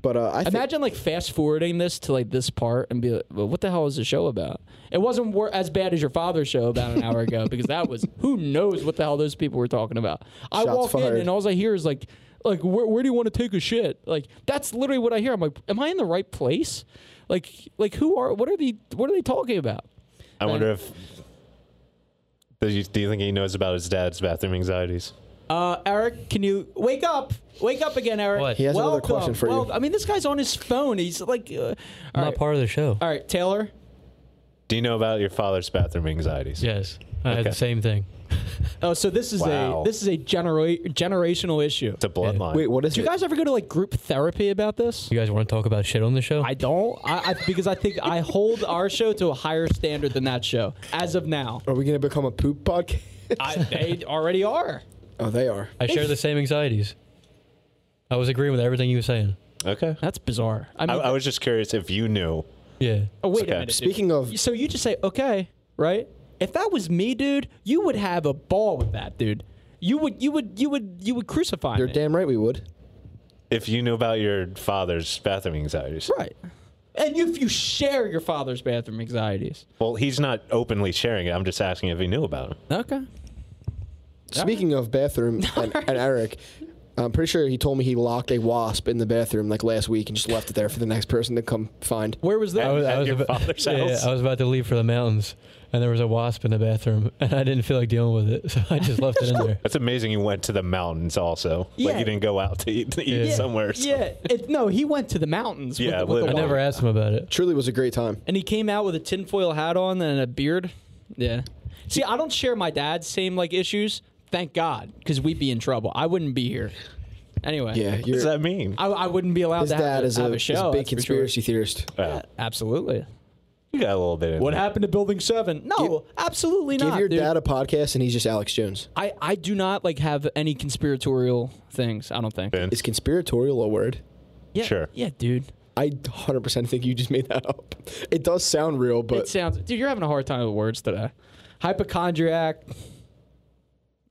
But uh, I think Imagine like fast forwarding this to like this part and be like, well, "What the hell is the show about?" It wasn't wor- as bad as your father's show about an hour ago because that was who knows what the hell those people were talking about. I Shots walk fired. in and all I hear is like, "Like where, where do you want to take a shit?" Like that's literally what I hear. I'm like, "Am I in the right place?" Like like who are what are the what are they talking about? I wonder if. Do you, do you think he knows about his dad's bathroom anxieties? Uh, Eric, can you wake up? Wake up again, Eric. What? He has another Welcome. question for you. Well, I mean, this guy's on his phone. He's like, uh, all I'm not right. part of the show. all right, Taylor. Do you know about your father's bathroom anxieties? Yes, I had Okay. the same thing. Oh, so this is Wow. a this is a genera- generational issue. It's a bloodline. Wait, what is Do you it? guys ever go to like group therapy about this? You guys want to talk about shit on the show? I don't, I, I because I think I hold our show to a higher standard than that show as of now. Are we gonna become a poop podcast? [laughs] I, they already are. oh, they are. I share the same anxieties. I was agreeing with everything you were saying. Okay. That's bizarre. I I, mean, I was just curious if you knew. Yeah. oh, wait okay. a minute. dude. Speaking of, so you just say okay, right? If that was me, dude, you would have a ball with that, dude. You would, you would, you would, you would crucify you're me. damn right we would. If you knew about your father's bathroom anxieties. right. And if you share your father's bathroom anxieties, Well, he's not openly sharing it. I'm just asking if he knew about him. okay. Speaking [laughs] of bathroom and, and Eric, I'm pretty sure he told me he locked a wasp in the bathroom like last week and just left it there for the next person to come find. Where was that? I was- At I was your about, father's yeah, house? I was about to leave for the mountains, and there was a wasp in the bathroom, [laughs] and I didn't feel like dealing with it, so I just left it in [laughs] there. That's amazing. You went to the mountains also. Like Yeah. you didn't go out to eat, [laughs] to eat [laughs] Yeah. somewhere. so- Yeah, it, no, he went to the mountains. with, Yeah, with literally. the I never wine. asked him about it. Truly was a great time. And he came out with a tinfoil hat on and a beard. Yeah. See, I don't share my dad's same like issues. Thank God, because we'd be in trouble. I wouldn't be here. Anyway. Yeah, What you're, does that mean? I, I wouldn't be allowed his to have, dad a, is, a, have a is show. a big that's for sure. conspiracy theorist. Wow. Absolutely. Oh, You got a little bit in What there. happened to Building Seven? No, absolutely Give not. your dude. dad a podcast and he's just Alex Jones. I, I do not like have any conspiratorial things. I don't think. Ben? Is conspiratorial a word? Yeah. Sure. Yeah, dude. I 100% think you just made that up. It does sound real, It but sounds. Dude, you're having a hard time with words today. Hypochondriac.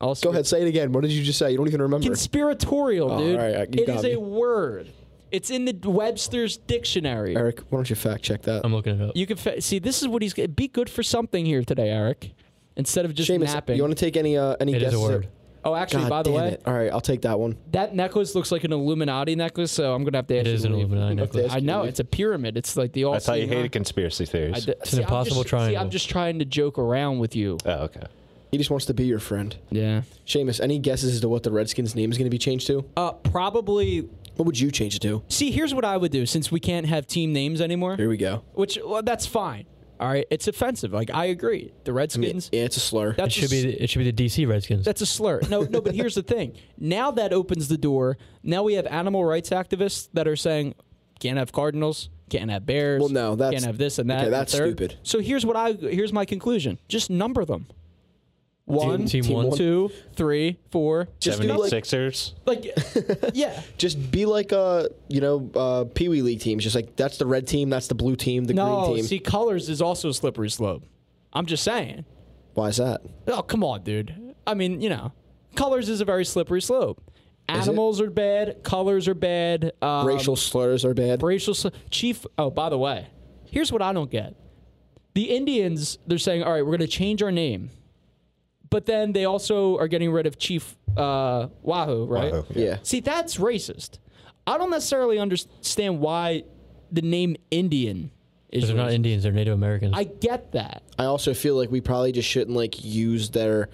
Also, go ahead, say it again. What did you just say? You don't even remember. Conspiratorial, Oh, dude. all right, you it got is me. a word. It's in the Webster's dictionary. Eric, why don't you fact check that? I'm looking it up. You can fa- see this is what he's. Be good for something here today, Eric. Instead of just Seamus, napping. you want to take any uh, any It is guesses? a word. oh, actually, God by the damn way, it. all right, I'll take that one. that necklace looks like an Illuminati necklace. So I'm gonna have to. It ask you is to an leave. Illuminati Look necklace. this. I know it's a pyramid. It's like the all. I thought you seeing hated eye. conspiracy I theories. d- It's see, an I'm just- impossible See, I'm triangle. just trying to joke around with you. Oh, okay. He just wants to be your friend. Yeah. Seamus, any guesses as to what the Redskins' name is going to be changed to? Uh, probably. What would you change it to? See, here's what I would do since we can't have team names anymore. Here we go. which well, that's fine. All right, it's offensive. Like I agree, the Redskins. Yeah, it's a slur. It That's should a be s- the, it should be the DC Redskins. that's a slur. No, no. But here's the thing. Now that opens the door. Now we have animal rights activists that are saying can't have cardinals, can't have bears. Well, no, that's- can't have this and that. okay, and the that's third." stupid. So here's what I here's my conclusion. Just number them. One, team two, one. two, three, four. Just do like- 76ers. [laughs] Like, yeah. Just be like uh, you know, uh, Pee Wee League teams. Just like that's the red team, that's the blue team, the No, green team. see, colors is also a slippery slope. I'm just saying. Why is that? Oh, come on, dude. I mean, you know, colors is a very slippery slope. it? Animals are bad. Colors are bad. Um, Racial slurs are bad. racial sl- chief. Oh, by the way, here's what I don't get: the Indians they're saying, all right, we're going to change our name, but then they also are getting rid of Chief uh, Wahoo, right? Wahoo. yeah. See, that's racist. I don't necessarily understand why the name Indian is. they're not racist. Indians. They're Native Americans. I get that. I also feel like we probably just shouldn't like use their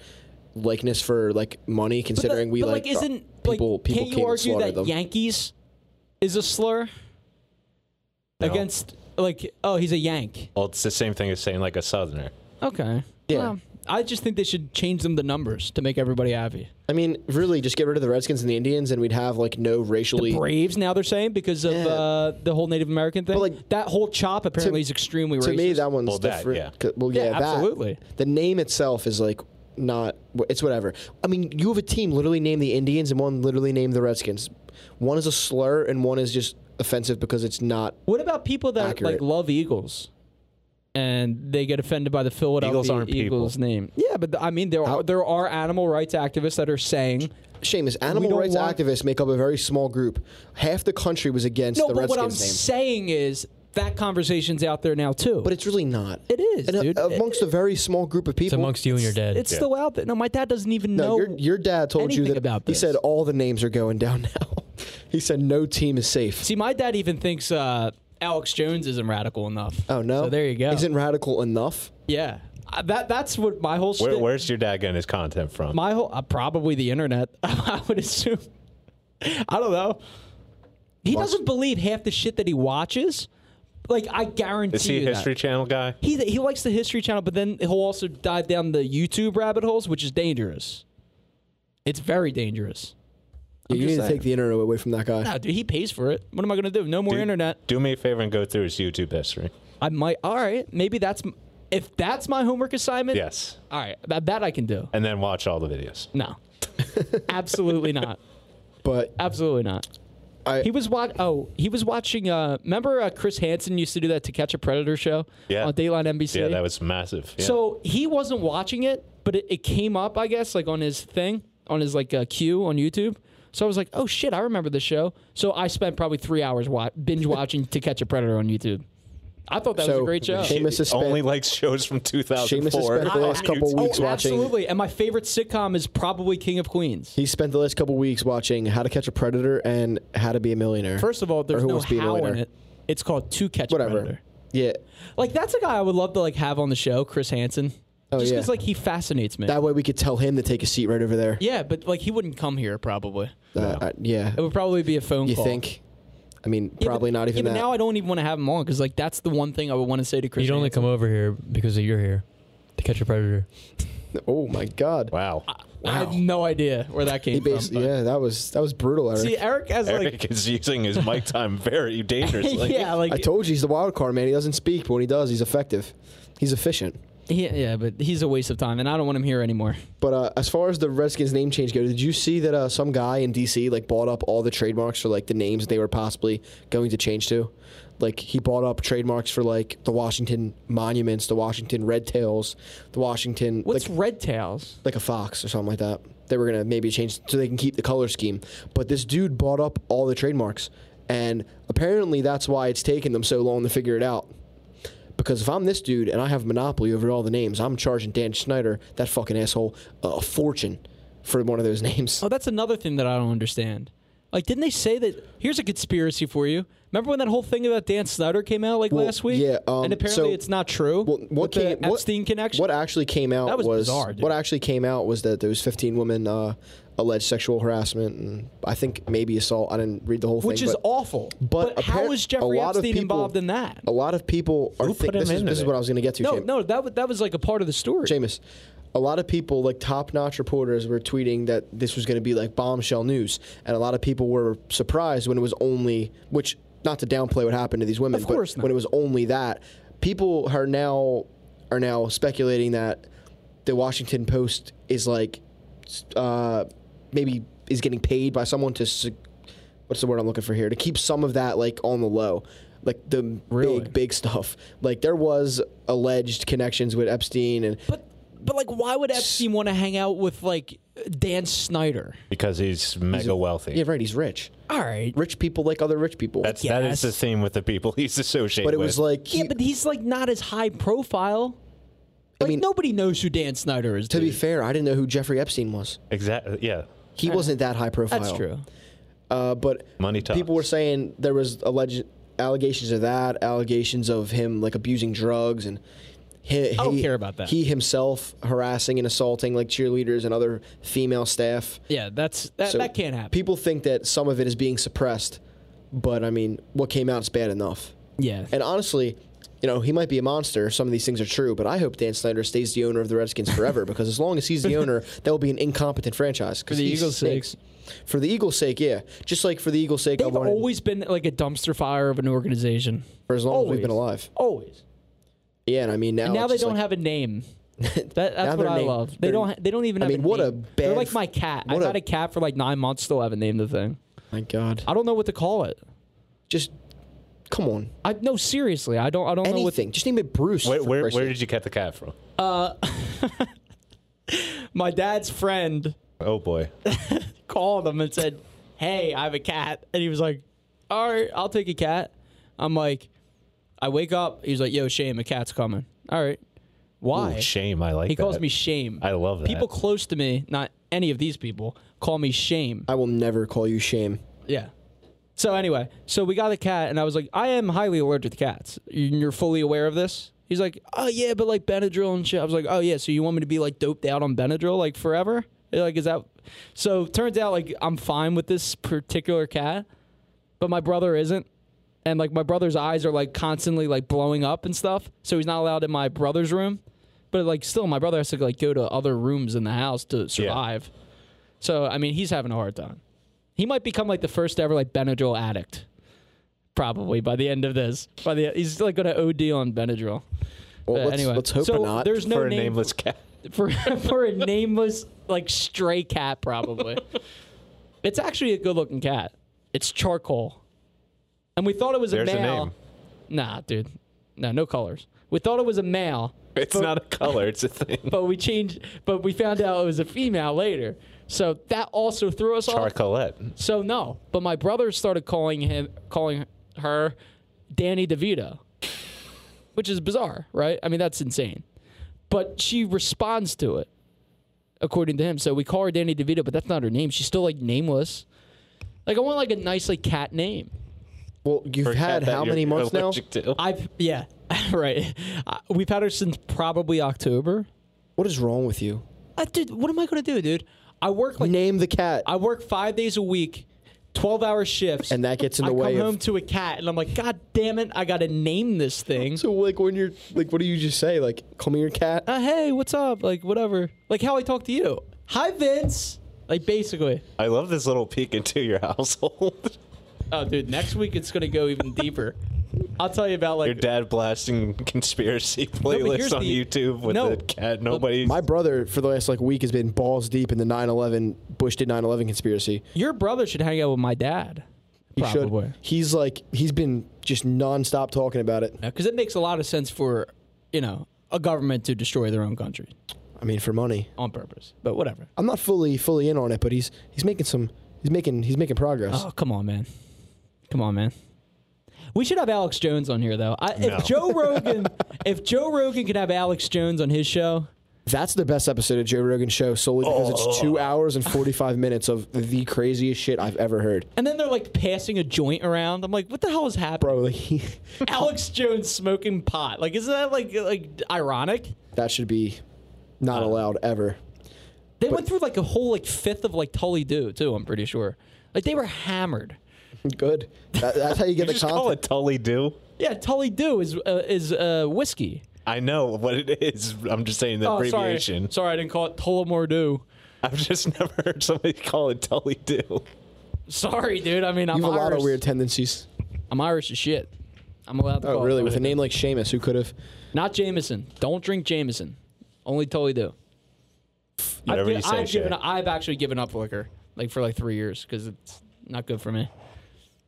likeness for like money, considering but, we but, like, uh, isn't like, people people can't you and argue slaughter that them. Yankees is a slur against like oh he's a Yank. Well, it's the same thing as saying like a Southerner. Okay. Yeah. Well, I just think they should change them the numbers to make everybody happy. I mean, really, just get rid of the Redskins and the Indians, and we'd have like no racially. The Braves now they're saying because of Yeah. uh, the whole Native American thing. like, that whole chop apparently is extremely to racist. me, that one's Well, that, different. yeah. 'Cause- Well, yeah, Yeah, that- absolutely. The name itself is like not. It's whatever. I mean, you have a team literally named the Indians, and one literally named the Redskins. One is a slur, and one is just offensive because it's not. what about people that Accurate. like love Eagles? And they get offended by the Philadelphia Eagles aren't people. Eagles name. Yeah, but th- I mean, there are, there are animal rights activists that are saying Seamus, animal don't rights want- activists make up a very small group. Half the country was against No, the but Redskins what I'm name. saying is that conversation's out there now too. But it's really not. It is, and a- dude. amongst a very small group of it's people. amongst you and your dad. it's Yeah. still out there. No, my dad doesn't even know. no, your, your dad told you anything that about he this. said all the names are going [laughs] down now. he said no team is safe. See, my dad even thinks uh, Alex Jones isn't radical enough. oh no! So there you go. Isn't radical enough? yeah, Uh, that that's what my whole Where, shtick- where's your dad getting his content from? my whole uh, probably the internet. [laughs] I would assume. I don't know. He doesn't believe half the shit that he watches. Like I guarantee is he you a that. History Channel guy? He he likes the History Channel, but then he'll also dive down the YouTube rabbit holes, which is dangerous. It's very dangerous. Yeah, you need just to saying. take the internet away from that guy. No, dude, he pays for it. What am I gonna do? No more Do- internet. Do me a favor and go through his YouTube history. I might. All right, maybe that's m- if that's my homework assignment. Yes. All right, that that I can do. And then watch all the videos. [laughs] No, absolutely not. But Absolutely not. I, He was watch. Oh, he was watching. Uh, remember uh, Chris Hansen used to do that to catch a predator show Yeah. on Dayline NBC. Yeah, that was massive. Yeah. So he wasn't watching it, but it, it came up, I guess, like on his thing, on his like uh, queue on YouTube. So I was like, oh shit, I remember this show. So I spent probably three hours wa- binge watching [laughs] To Catch a Predator on YouTube. I thought that was So, a great show. Seamus has spent- only likes shows from 2004. Seamus has spent the [laughs] last on couple YouTube. weeks watching- oh, Absolutely. And my favorite sitcom is probably King of Queens. he spent the last couple weeks watching How to Catch a Predator and How to Be a Millionaire. First of all, there's Who no Wants to Be a how in Millionaire. it. It's called To Catch a whatever. Predator. Yeah, Like that's a guy I would love to like have on the show, Chris Hansen. Oh, Just yeah. because like he fascinates me. that way we could tell him to take a seat right over there. yeah, but like he wouldn't come here probably. Uh, I- yeah. It would probably be a phone You call. think? I Yeah, mean, but- probably not even yeah, but that. now I don't even want to have him on because like that's the one thing I would want to say to Chris. You'd only Hansen. come over here because you're here to catch a predator. oh my God! Wow. I have no idea where that He came from. basically, yeah, that was that was brutal, Eric. See, Eric has Eric like [laughs] [laughs] is using his mic time very dangerously. yeah, like I told you he's the wild card, man. He doesn't speak, but when he does, he's effective. He's efficient. he, yeah, but he's a waste of time, and I don't want him here anymore. But uh, as far as the Redskins name change goes, did you see that uh, some guy in DC like bought up all the trademarks for like the names they were possibly going to change to? Like he bought up trademarks for like the Washington monuments, the Washington Red Tails, the Washington What's like, Red Tails? like a fox or something like that. They were gonna maybe change so they can keep the color scheme. But this dude bought up all the trademarks, and apparently that's why it's taken them so long to figure it out. Because if I'm this dude and I have monopoly over all the names, I'm charging Dan Schneider, that fucking asshole, a fortune for one of those [laughs] names. Oh, that's another thing that I don't understand. Like, didn't they say that? Here's a conspiracy for you. Remember when that whole thing about Dan Snyder came out like Well, last week? yeah, um, and apparently so- it's not true. Well, what with the came, what- Epstein connection? What actually came out That was was, bizarre, dude. what actually came out was that those 15 women uh, alleged sexual harassment and I think maybe assault. I didn't read the whole which thing, is but awful. but how appar- was a Jeffrey lot of Epstein people- involved in that? a lot of people are. Who think- put him this is, into this is it? what I was going to get to. No, James. no, that wa- that was like a part of the story. Jameis, a lot of people, like top notch reporters, were tweeting that this was going to be like bombshell news. And a lot of people were surprised when it was only, which, not to downplay what happened to these women, Of but course not. when it was only that, people are now are now speculating that the Washington Post is like, s- uh, maybe is getting paid by someone to, se- what's the word I'm looking for here, to keep some of that like on the low. Like the Really? big, big stuff. Like there was alleged connections with Epstein and But but like, why would Epstein want to hang out with like Dan Snyder? because he's mega wealthy. Yeah, right. He's rich. All right. Rich people like other rich people. That's that is the Yes. theme with the people [laughs] he's associated but it with. was like, he- Yeah, but he's like not as high profile. Like mean- nobody knows who Dan Snyder is. to be dude. fair, I didn't know who Jeffrey Epstein was. exactly yeah. He wasn't that high profile. that's true. Uh, but Money talks. people were saying there was alleged allegations of that, allegations of him like abusing drugs and. He, I don't he- care about that. He himself harassing and assaulting like cheerleaders and other female staff. Yeah, that's that, So that can't happen. People think that some of it is being suppressed, but I mean, what came out is bad enough. yeah, And honestly, you know, he might be a monster. Some of these things are true, but I hope Dan Snyder stays the owner of the Redskins forever because as long as [laughs] he's the owner, that will be an incompetent franchise. For the Eagles' For the Eagles' sake, yeah. Just like for the Eagles' sake, I they've wanted always been like a dumpster fire of an organization. for as long as we've been always. alive. Always. Yeah, and I mean now. now it's they just don't like- have a name. That, that's [laughs] Now what their I name- love. They their- don't. ha- They don't even. I have mean, a what a name. They're bad like f- my cat. I what a- had a cat for like nine months. Still haven't named the thing. My God, I don't know what to call it. just come on, I no seriously. I don't. I don't know what. anything. Just name it Bruce. Where for where, Christ's where sake. did you get the cat from? My dad's friend Oh boy. called him and said, "Hey, I have a cat," and he was like, "All right, I'll take a cat." I'm like, I wake up. He's like, "Yo, Shame, a cat's coming." All right, why? Ooh, shame. I like. he calls that. me Shame. I love that. People close to me, not any of these people, call me Shame. Uh, I will never call you shame. Yeah. So anyway, so we got a cat, and I was like, I am highly allergic to cats. You- You're fully aware of this. He's like, oh yeah, but like Benadryl and shit. I was like, oh yeah, so you want me to be like doped out on Benadryl like forever? They're Like is that? So turns out like I'm fine with this particular cat, but my brother isn't, and like my brother's eyes are like constantly like blowing up and stuff, so he's not allowed in my brother's room. But like still, my brother has to like go to other rooms in the house to survive. So I mean, he's having a hard time. He might become like the first ever like Benadryl addict, probably by the end of this. By the e, he's like going to OD on Benadryl. Well, But let's, Uh, anyway, let's hope so not. There's no for a name nameless cat. [laughs] for [laughs] for a nameless like stray cat [laughs] probably. it's actually a good looking cat. It's charcoal, and we thought it was There's a a male. name. Nah, dude, no, no colors. We thought it was a male, It's not a color. It's [laughs] a thing. but we changed. But we found out it was a female later. So that also threw us off. Charcolette. So no, but my brother started calling him, calling her, Danny DeVito, which is bizarre, right? I mean, that's insane. But she responds to it, according to him. So we call her Danny DeVito, but that's not her name. She's still like nameless. Like I want like a nice like cat name. well, For you've a cat had that how you're many months now? allergic to. I've yeah, [laughs] right. Uh, we've had her since probably October. What is wrong with you? Uh, dude, what am I gonna do, dude? I work like Name the cat, I work five days a week, twelve hour shifts, and that gets in the I way come of home to a cat and I'm like, God damn it, I gotta name this thing. So like when you're like, what do you just say? Like, call me [laughs] your cat. Uh, hey, what's up? Like whatever. Like how I talk to you. Hi Vince. Like basically. I love this little peek into your [laughs] household. Oh dude, next week it's gonna go [laughs] even deeper. I'll tell you about like Your dad blasting conspiracy but playlists here's on the- YouTube with No, the cat. Nobody. My brother for the last like week has been balls deep in the 9/11 Bush did 9/11 conspiracy. your brother should hang out with my dad. He probably. should. He's like he's been just nonstop talking about it. Because it makes a lot of sense for, you know, a government to destroy their own country I mean, for money. on purpose. But whatever. I'm not fully fully in on it, but he's he's making some he's making he's making progress. Oh, come on, man. Come on, man. We should have Alex Jones on here though. I, [laughs] No. If Joe Rogan, if Joe Rogan could have Alex Jones on his show, That's the best episode of Joe Rogan show solely because it's two hours and forty five [laughs] minutes of the craziest shit I've ever heard. And then they're like passing a joint around. I'm like, what the hell is happening? Bro, like, [laughs] he- Alex Jones smoking pot. Like, isn't that like like ironic? that should be not allowed ever. They went through like a whole like fifth of like Tully Dew too. I'm pretty sure. Like they were hammered. Good. That, that's how you get You the just call it content. Tully Dew. Yeah, Tully Dew is uh, is uh, whiskey. I know what it is. I'm just saying the Oh, sorry. abbreviation. Sorry, I didn't call it Tullamore Dew. I've just [laughs] never heard somebody call it Tully Dew. Sorry, dude. I mean, I'm You have a Irish. lot of weird tendencies. I'm Irish as shit. I'm allowed to. Oh, call it really? Tully With a Dew. name like Seamus, who could have? Not Jameson. Don't drink Jameson. Only Tully Dew. Whatever I've, gi- you say, I've Shay. given. I've actually given up liquor, like for like three years, because it's not good for me.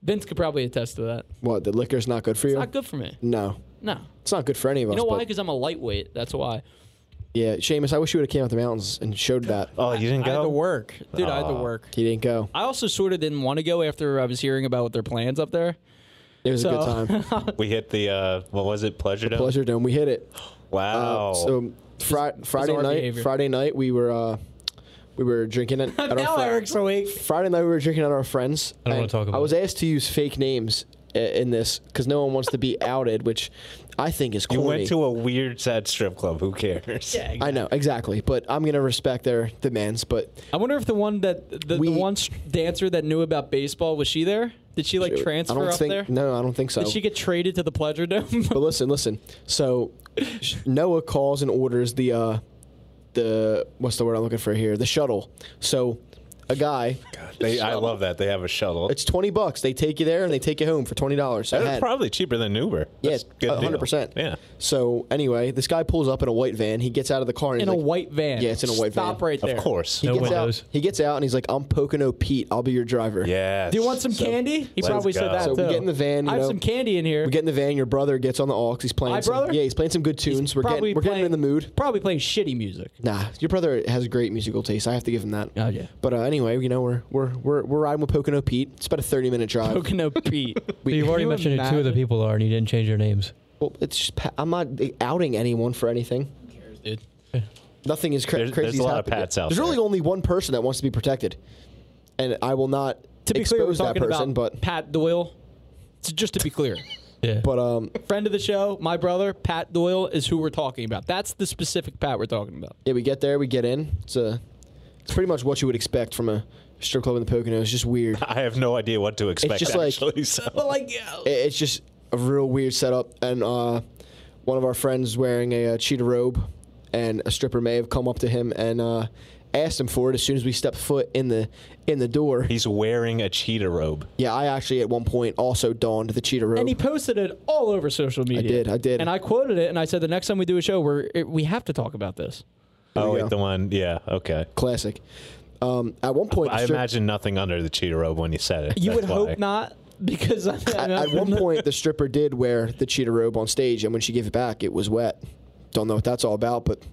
Vince could probably attest to that. What? The liquor's not good for you? Not good for me. No, No. it's not good for any of us. You know why? but- Because I'm a lightweight. That's why. yeah, Seamus, I wish you would have came out the mountains and [laughs] showed that. Oh, you didn't I had to go? work, dude. I had to Ah. Aw. work. He didn't go. I also sort of didn't want to go after I was hearing about what their plans up there. It was a So- [laughs] good time. We hit the, uh, what was it, Pleasure Dome? Pleasure Dome. We hit it. Wow. Uh, so Fri- Friday bizarre night, behavior. Friday night we were uh, we were drinking [laughs] it. at our now fri- Eric's awake. Friday night we were drinking at our friends. I don't wanna and talk about I was it. asked to use fake names i- in this because no one wants to be [laughs] outed, which I think is you corny. went to a weird, sad strip club. Who cares? Yeah, I know exactly, but I'm gonna respect their demands. But I wonder if the one that the, We- the one s- dancer that knew about baseball was she there? Did she like transfer I don't up think there? no, I don't think so. Did she get traded to the Pleasure [laughs] Dome? But listen, listen. So Noah calls and orders the uh the what's the word I'm looking for here? The shuttle. So a guy, They, I love that. They have a shuttle. it's twenty bucks. They take you there and they take you home for twenty dollars. That's probably cheaper than Uber. Yeah, That's a good deal. 100%. Yeah. So anyway, this guy pulls up in a white van. He gets out of the car and in he's a like- white van. Yeah, it's in a white van. Stop right there. Of course. He No gets windows. out. He gets out and he's like, "I'm Pocono Pete. I'll be your driver." Yes. Do you want some So- candy? He let's probably said go. that So we too. get in the van, you I have know. some candy in here. We get in the van. Your brother gets on the aux. He's playing. My some, brother? Yeah, he's playing some good tunes. We're Probably getting we're getting playing- in the mood. Probably playing shitty music. [laughs] Nah, your brother has great musical taste. I have to give him that. Oh, yeah. But uh, anyway, you know we're we're we're we're riding with Pocono Pete. It's about a thirty minute drive. Pocono Pete. So you've already mentioned who two of the people are, and you didn't change their names. Well, it's just, pa- I'm not outing anyone for anything. Dude. Nothing is cra- There's- crazy. there's a has lot of happened yet. Pats out There's really there. only one person that wants to be protected, and I will not To be expose clear, we're that talking person. about But Pat Doyle. So just to be [laughs] clear, Yeah. but um, friend of the show, my brother Pat Doyle is who we're talking about. That's the specific Pat we're talking about. yeah, we get there, we get in. It's a, it's pretty much what you would expect from a strip club in the Pocono. It's just weird. I have no idea what to expect. just like- actually, [laughs] so. But like, yeah, It- it's just a real weird setup. And uh, one of our friends is wearing a, uh cheetah robe, and a stripper may have come up to him and uh, asked him for it as soon as we stepped foot in the in the door. He's wearing a cheetah robe. Yeah, I actually at one point also donned the cheetah robe. and he posted it all over social media. did, I did. and I quoted it, and I said the next time we do a show, we're it, we have to talk about this. Oh, we wait, go. the one. Yeah, okay. Classic. Um, at one point, the I strip- imagine nothing under the cheetah robe when you said it. You That's would why. hope not, because [laughs] I, at, at one [laughs] point the stripper did wear the cheetah robe on stage, and when she gave it back, it was wet. Don't know what that's all about, but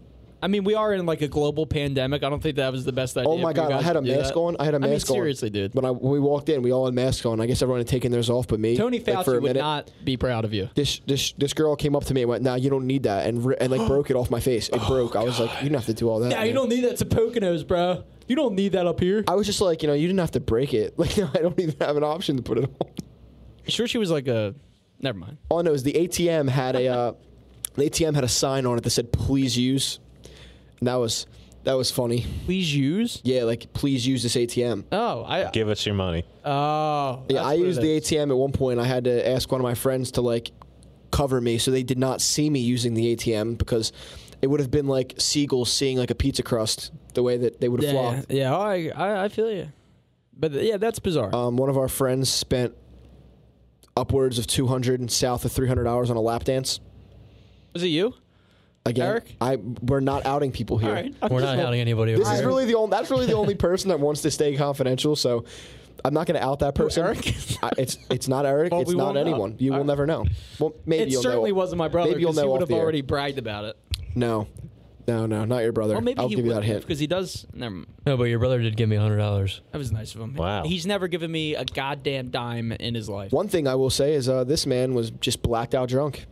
I mean, we are in like a global pandemic. I don't think that was the best idea. oh my for you god, I guys had to a do mask that. on. I had a mask mean, on. seriously, dude. When I when we walked in, we all had masks on. I guess everyone had taken theirs off, but me. Tony like, Fauci for a would minute. not be proud of you. This this this girl came up to me and went, "Nah, you don't need that," and ri- and [gasps] like broke it off my face. It broke. I was like, "You don't have to do all that." Nah, Oh you man." don't need that to Poconos, bro. You don't need that up here. I was just like, you know, you didn't have to break it. [laughs] Like, no, I don't even have an option to put it on. sure, she was like a. Never mind. All I know is the ATM had a uh, the ATM had a sign on it that said "Please use," and that was that was funny. Please use. Yeah, like please use this ATM. Oh, I. Give us your money. Oh. Yeah, I used the ATM at one point. I had to ask one of my friends to like cover me so they did not see me using the ATM because it would have been like seagulls seeing like a pizza crust the way that they would have Yeah, flocked. yeah. Oh, I, I, I feel you. But yeah, that's bizarre. Um, one of our friends spent upwards of 200 and south of 300 hours on a lap dance. was it you? Again, Eric? I we're not outing people here. All right. [laughs] We're not outing anybody. This over is here. really the only. That's really the only person that wants to stay confidential. So, I'm not going to out that person. Eric? I, it's it's not Eric. Well, it's we not won't know. anyone. You will Alright. never know. Well, maybe It you'll certainly know. wasn't my brother. Maybe you'll 'cause know he off would have the air. already bragged about it. No, no, no, not your brother. Well, maybe I'll he give you would that hint. because he does. Never. mind. No, but your brother did give me hundred dollars. That was nice of him. Wow. He's never given me a goddamn dime in his life. One thing I will say is uh, this man was just blacked out drunk.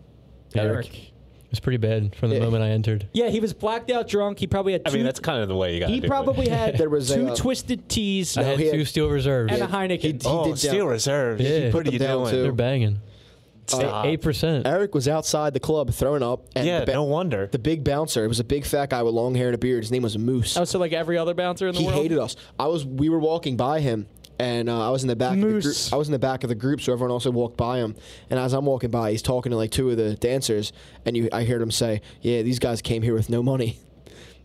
Eric. It's pretty bad from the Yeah. moment I entered. Yeah, he was blacked out drunk. He probably had. Two, I mean, that's kind of the way you got. he do it. probably had [laughs] There was a, two uh, twisted teas I had Oh, he had- two steel reserves. and a He Heineken. did- Oh, down. Steel Reserve. Yeah. What are you Put them doing? down, They're banging. Stop. Eight percent. Eric was outside the club throwing up. And yeah, the ba- no wonder. The big bouncer. It was a big fat guy with long hair and a beard. His name was Moose. oh, so like every other bouncer in the he world. hated us. I was. We were walking by him, and uh, I was in the back. Of the Moose. group, I was in the back of the group, so everyone also walked by him. And as I'm walking by, he's talking to like two of the dancers, and you, I heard him say, "Yeah, these guys came here with no money." [laughs]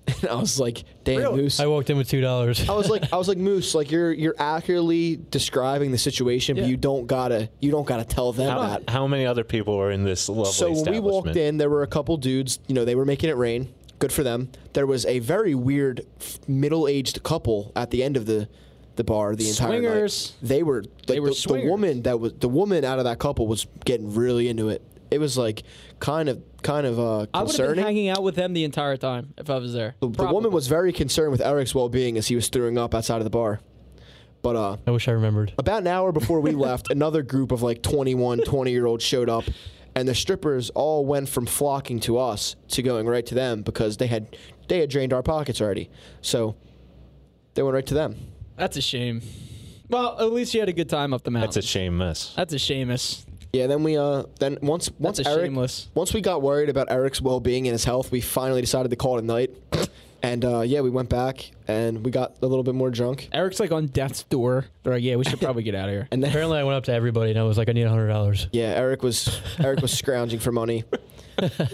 And I was like, "Damn, Really? Moose." I walked in with two dollars. I was like, I was like Moose, like you're you're accurately describing the situation, Yeah. but you don't gotta you don't gotta tell them How, that. how many other people were in this lovely So when we establishment? walked in, there were a couple dudes. You know, they were making it rain. Good for them. There was a very weird f- middle-aged couple at the end of the the bar. The entire Swingers. night. They were like, They were the, the swingers. woman that was the woman out of that couple was getting really into it. It was like kind of kind of uh, I would have concerning. been hanging out with them the entire time if I was there. the, the woman was very concerned with Eric's well-being as he was throwing up outside of the bar. But uh, I wish I remembered. about an hour before we [laughs] left, another group of like 21, 20 year olds showed up, and the strippers all went from flocking to us to going right to them because they had they had drained our pockets already. So they went right to them. That's a shame. Well, at least you had a good time up the mountain. That's a shame mess. That's a shameless. Yeah, then we uh then once once That's a Eric shameless. once we got worried about Eric's well being and his health, we finally decided to call it a night. [coughs] And uh, yeah, we went back and we got a little bit more drunk. Eric's like on death's door. They're like, yeah, [laughs] we should probably get out of here. And then Apparently, I went up to everybody and I was like, I need hundred dollars. yeah, Eric was Eric was scrounging [laughs] for money.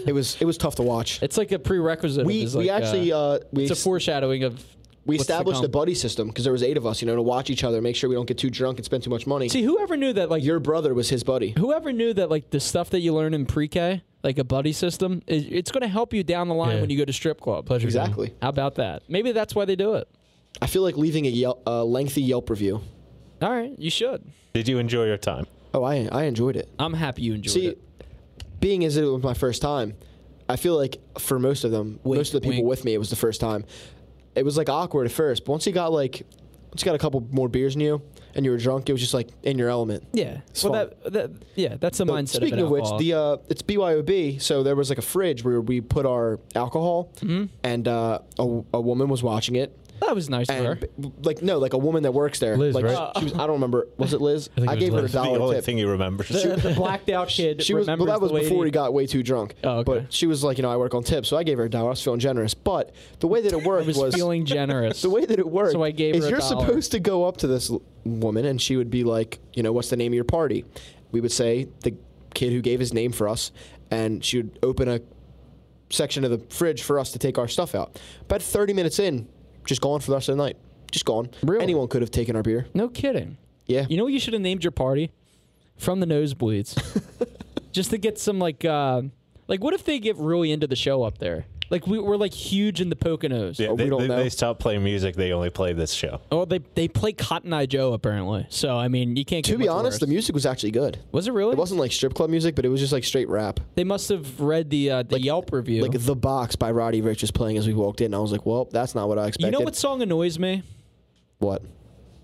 It was it was tough to watch. It's like a prerequisite. We, of his, we like, actually uh, uh, we it's a ex- foreshadowing of. we what's to established come. a buddy system because there was eight of us, you know, to watch each other, make sure we don't get too drunk and spend too much money. See, whoever knew that, like, your brother was his buddy. whoever knew that, like, the stuff that you learn in pre-K, like a buddy system, is it's going to help you down the line Yeah. when you go to strip club. Pleasure. zone. Exactly. How about that? Maybe that's why they do it. I feel like leaving a, Yelp, a lengthy Yelp review. All right, you should. Did you enjoy your time? Oh, I I enjoyed it. I'm happy you enjoyed See, it. being as it was my first time, I feel like for most of them, Wink, most of the people wink. with me, it was the first time. It was like awkward at first, but once you got like, once you got a couple more beers in you and you were drunk, it was just like in your element. Yeah. It's Well, fun. that, that yeah, that's the But mindset. Speaking of, of, an which, alcoholic. the uh, it's BYOB, so there was like a fridge where we put our alcohol, Mm-hmm. and uh, a, a woman was watching it. that was nice of her. [laughs] And b- like no, like a woman that works there. Liz, like right? she was, I don't remember. Was it [laughs] Liz? I think it was gave Liz. her a The dollar only tip. thing you remember. the blacked out kid. she was well. remembers That the was lady. before he got way too drunk. Oh, okay. But she was like, you know, I work on tips, so I gave her a dollar. I was feeling generous. But the way that it worked I was, feeling generous. [laughs] the way that it worked So I gave is her a you're dollar. supposed to go up to this l- woman and she would be like, you know, what's the name of your party? We would say the kid who gave his name for us, and she would open a section of the fridge for us to take our stuff out. About 30 minutes in, just gone for the rest of the night. Just gone. Really? Anyone could have taken our beer. no kidding. Yeah. You know what you should have named your party? From the nosebleeds. Just to get some like uh, like what if they get really into the show up there? Like we were like huge in the Poconos. [laughs] Yeah, Oh, they, we don't they, know. they stopped playing music. They only play this show. Oh, they they play Cotton Eye Joe apparently. So I mean, you can't. to get be much honest, the worse. music was actually good. was it really? It wasn't like strip club music, but it was just like straight rap. They must have read the uh, the Yelp review. Like The Box by Roddy Rich was playing as we walked in. and I was like, well, that's not what I you expected. know what song annoys me? What?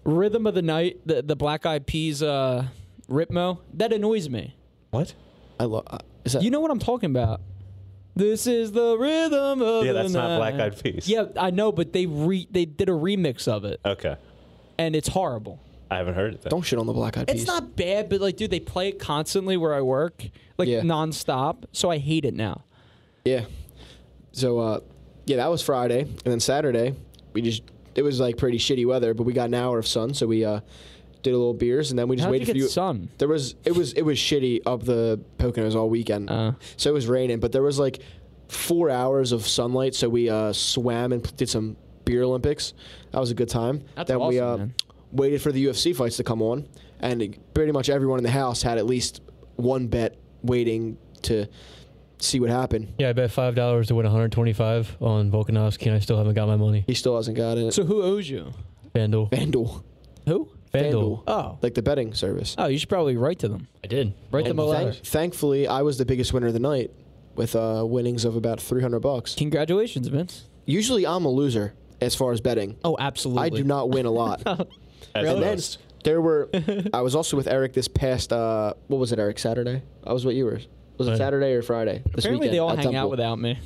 Rhythm of the Night, the the Black Eyed Peas uh, Ripmo. That annoys me. What? I love. Is that You know what I'm talking about. This is the rhythm of Yeah, the that's not Black night. Eyed Peas. Yeah, I know, but they re- they did a remix of it, Okay, and it's horrible. I haven't heard it. Then. Don't shit on the black eyed peas. It's not bad, but like, dude, they play it constantly where I work, like Yeah. nonstop. So I hate it now. Yeah. So uh, yeah, that was Friday, and then Saturday we just it was like pretty shitty weather, but we got an hour of sun, so we uh, did a little beers, and then we just How'd you waited get for you. sun? There was it was it was shitty up the Poconos all weekend, Uh. so it was raining, but there was like four hours of sunlight, so we uh, swam and did some beer Olympics. That was a good time. That's then we awesome, uh, man. waited for the UFC fights to come on, and it- pretty much everyone in the house had at least one bet waiting to see what happened. Yeah, I bet five dollars to win 125 on Volkanovski, and I still haven't got my money. He still hasn't got it. So who owes you? Vandal. FanDuel. Who? Vandal. Oh, Uh, Like the betting service. oh, you should probably write to them. I did. Write them a letter. Thank- thankfully, I was the biggest winner of the night with uh, winnings of about 300 bucks. Congratulations, Vince. Usually, I'm a loser as far as betting. Oh, absolutely. I do not win a lot. [laughs] That's and then most. there were, I was also with Eric this past, uh, what was it, Eric, Saturday? I was what you were. Was it Right. Saturday or Friday? This Apparently, weekend they all at hang out Temple. without me.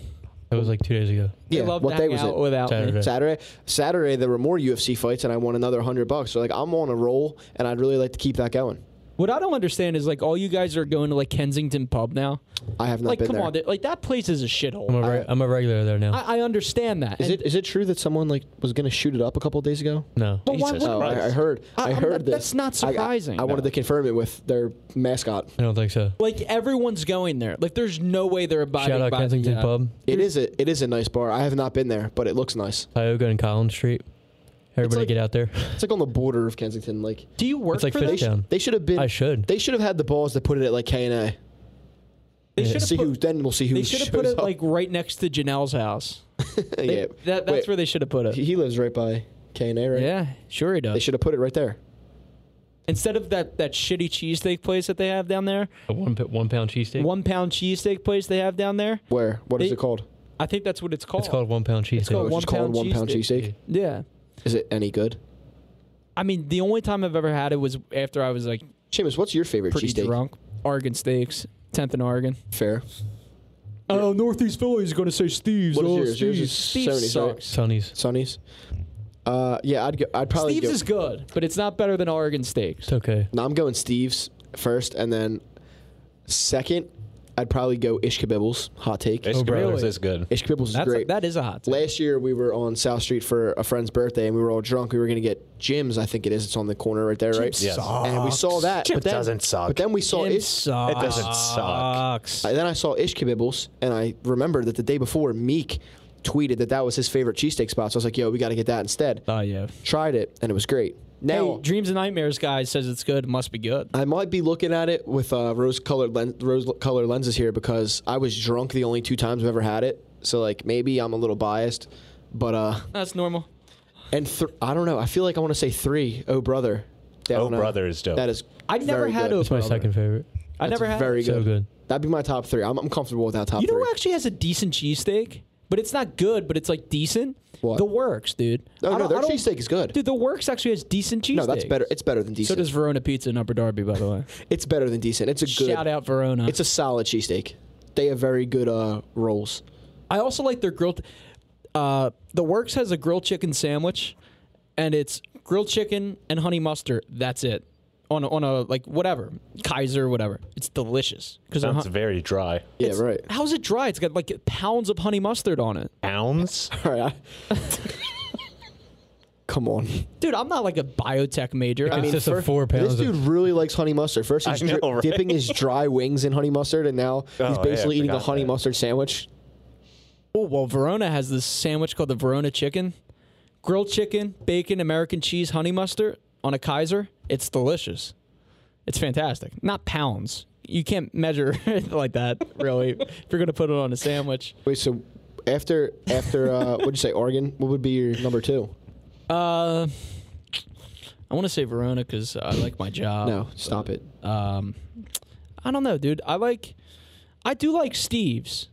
It was like two days ago. They Yeah, love what to day hang was out it? without me. Saturday. Saturday. Saturday there were more UFC fights, and I won another hundred bucks. So like I'm on a roll, and I'd really like to keep that going. What I don't understand is like all you guys are going to like Kensington Pub now. I have not like, been come there. on, dude, like that place is a I'm shithole. a, reg- I'm a regular there now. I, I understand that. Is And- it is it true that someone like was gonna shoot it up a couple days ago? no. But why Jesus would Oh, I, I heard. I- I, I'm heard not- this. that's not I- I- surprising. I, wanted to confirm it with their mascot. I don't think so. like everyone's going there? Like there's no way they're abiding Shout out by Kensington uh, yeah. Pub, It is a it is a nice bar. I have not been there, but it looks nice. Tioga and Collins Street. Everybody like- get out there. It's like on the border of Kensington. Like Do you work It's like for them? they, sh- Fishtown. they should have been. I should. [laughs] They should have had the balls to put it at like K and They A. should've See put- who. Then we'll see who. They should have put shows it up. [laughs] like right next to Janelle's house. They- yeah. that, that's Wait, where they should have put it. he he lives right by K and A, right? Yeah, sure he They does. should have put it right there. Instead of that that shitty cheesesteak place that they have down there, A one p- one pound cheesesteak. one pound cheesesteak place they have down there. Where? What is They- it called? I think that's what it's called. It's called one pound called cheesesteak. one It's called pound one pound cheesesteak. cheesesteak. yeah. Is it any good? I mean, the only time I've ever had it was after I was like Seamus, what's your favorite pretty cheesesteak? drunk. Argan steaks, tenth and Argan. Fair. Oh, Northeast Philly is going to say Steve's. What is yours? Yours is Sony's, right? sucks. Sonny's. Sonny's. Uh, yeah, I'd go, I'd probably Steve's go. is good, but it's not better than Oregon steaks. It's okay. no, I'm going Steve's first, and then second, I'd probably go Ishka Bibbles. Hot take. Ish Oh, bro. Brothers is good. Ishka Bibbles is That's great. a, that is a hot. Take. Last year we were on South Street for a friend's birthday, and we were all drunk. We were gonna get Jim's. I think it is. It's on the corner right there, right? Yes. And we saw that, Jim but then, doesn't suck. But then we saw Jim Ish. sucks. It doesn't Uh, suck. Sucks. I- then I saw Ish Kibibbles, and I remembered that the day before Meek tweeted that that was his favorite cheesesteak spot. So I was like, "Yo, we got to get that instead." Oh yeah. Tried it, and it was great. Now Hey, Dreams and Nightmares guy says it's good. Must be good. I might be looking at it with uh, rose-colored len- rose-colored lenses here because I was drunk the only two times I've ever had it. So like maybe I'm a little biased, but uh, That's normal. and th- I don't know. I feel like I want to say three. Oh brother. I Oh don't know. Brother is dope. That is. I've never very had good. Oh It's my Brother. second favorite. I That's never had. very it. good. So good. That'd be my top three. I'm, I'm comfortable with that top You know three. who actually has a decent cheesesteak, but it's not good, but it's like decent. What? The Works, dude. Oh, I no, don't- I their don't- cheesesteak is good. Dude, the Works actually has decent cheesesteak. no, that's better. It's better than So decent. does Verona Pizza in Upper Derby, by the way. it's better than decent. It's a [laughs] good. Shout out Verona. It's a solid cheesesteak. They have very good uh, rolls. I also like their grilled. Uh, the Works has a grilled chicken sandwich, and it's grilled chicken and honey mustard. That's it. On a, on a like whatever Kaiser whatever. It's delicious because Sounds very dry. Yeah, right. How's it dry? It's got like pounds of honey mustard on it. Pounds? All [laughs] right. I- Come on. Dude, I'm not like a biotech major. I It's mean, just a four This pounds. dude of, really likes honey mustard. First, he's I know, dri- right? dipping his dry wings in honey mustard, and now Oh, he's yeah, I basically eating a forgot honey that. mustard sandwich. oh, well, Verona has this sandwich called the Verona chicken, grilled chicken, bacon, American cheese, honey mustard on a Kaiser. It's delicious. It's fantastic. Not pounds. You can't measure [laughs] it like that [laughs] really. if you're gonna put it on a sandwich. Wait, so after after [laughs] uh, what'd you say, Oregon? What would be your number two? Uh, I want to say Verona because I like my Oh. job. no, stop it. Um, I don't know, dude. I like, I do like Steve's.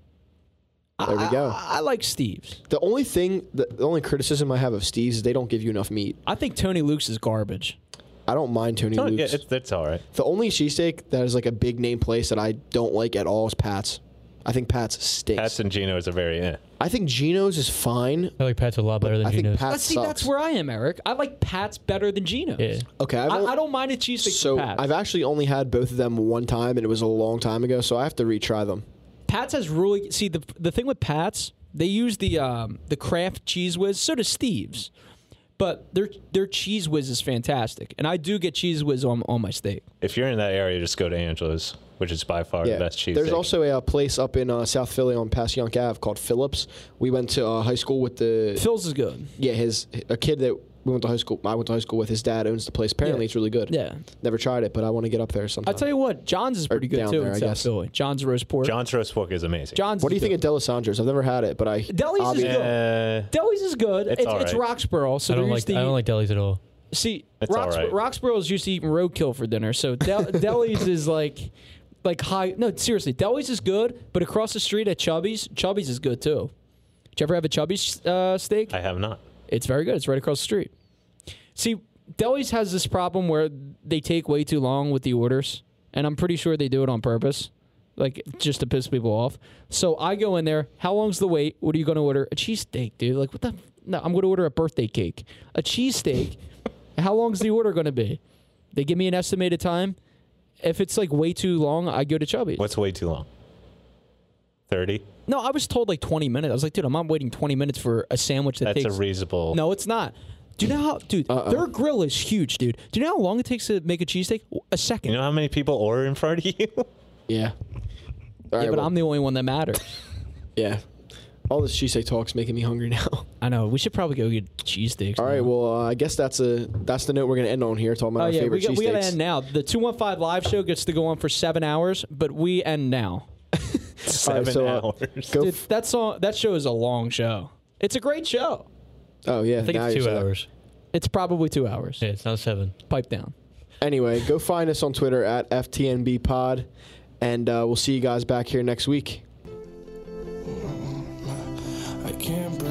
I- There we I- go. I, I like Steve's. The only thing, the, the only criticism I have of Steve's is they don't give you enough meat. I think Tony Luke's is garbage. I don't mind Tony No, Luke's. yeah, it's, it's all right. the only cheesesteak that is like a big name place that I don't like at all is Pat's. I think Pat's stinks. Pat's and Gino's are very eh. I think Gino's is fine. I like Pat's a lot better than I think Gino's. Pat's Let's see, sucks. that's where I am, Eric. I like Pat's better than Gino's. yeah. okay, I've I, only- I don't mind a cheesesteak. So from Pat's. I've actually only had both of them one time, and it was a long time ago. So I have to retry them. Pat's has really see the the thing with Pat's, they use the um, the craft cheese whiz. So does Steve's, but their their cheese whiz is fantastic, and I do get cheese whiz on on my steak. If you're in that area, just go to Angelo's, which is by far Yeah. the best cheese. There's also a, uh place up in uh, South Philly on Passyunk Ave called Phillips. We went to uh, high school with the Phil's is good. yeah his a kid that we went to high school. I went to high school with. His dad owns the place. Yeah. Apparently, it's really good. Yeah. Never tried it, but I want to get up there sometime. I tell you what, John's is pretty good down too there, in I South guess. Philly. John's roast pork. John's roast pork is amazing. John's. what do you is think of good. Delisandro's? I've never had it, but I Deli's is obvi- good. Eh, Deli's is good. It's, it's, all right. Roxborough, so I don't they're like. used to I don't eat- like delis at all. see It's all Rox- right. Roxborough is used to eating roadkill for dinner. So Del- [laughs] Deli's is like like high. No, seriously, Deli's is good. But across the street at Chubby's, Chubby's is good too. Did you ever have a Chubby's uh, steak? I have not. It's very good. It's right across the street. See, Deli's has this problem where they take way too long with the orders, and I'm pretty sure they do it on purpose. like just to piss people off. So I go in there. How long's the wait? What are you going to order? A cheesesteak, dude. Like what the? No, I'm going to order a birthday cake. A cheesesteak. [laughs] how long's the order going to be? They give me an estimated time. If it's like way too long, I go to Chubby. What's way too long? 30? No, I was told like 20 minutes. I was like, dude, I'm not waiting 20 minutes for a sandwich that That's takes. a reasonable. No, it's not. Do you know how, dude? Uh-uh. Their grill is huge, dude. Do you know how long it takes to make a cheesesteak? A second. You know how many people order in front of you? [laughs] Yeah. All right, yeah, but well, I'm the only one that [laughs] matters. yeah. All this cheesesteak talk's making me hungry [laughs] now. I know. We should probably go get cheesesteaks. All right, now. well, uh, I guess that's a that's the note we're gonna end on here, talking about Oh our yeah, we favorite got, we got to end cheesesteaks. now. The two one five live show gets to go on for seven hours, but we end [laughs] now. All Seven right, so, uh, hours. Go Dude, f- that song, that show is a long show. It's a great show. oh yeah, I think now it's you two said it. hours. It's probably two hours. Yeah, it's not seven. Pipe down. Anyway, go find us on Twitter at FTNB Pod, and uh, we'll see you guys back here next week. I can't breathe.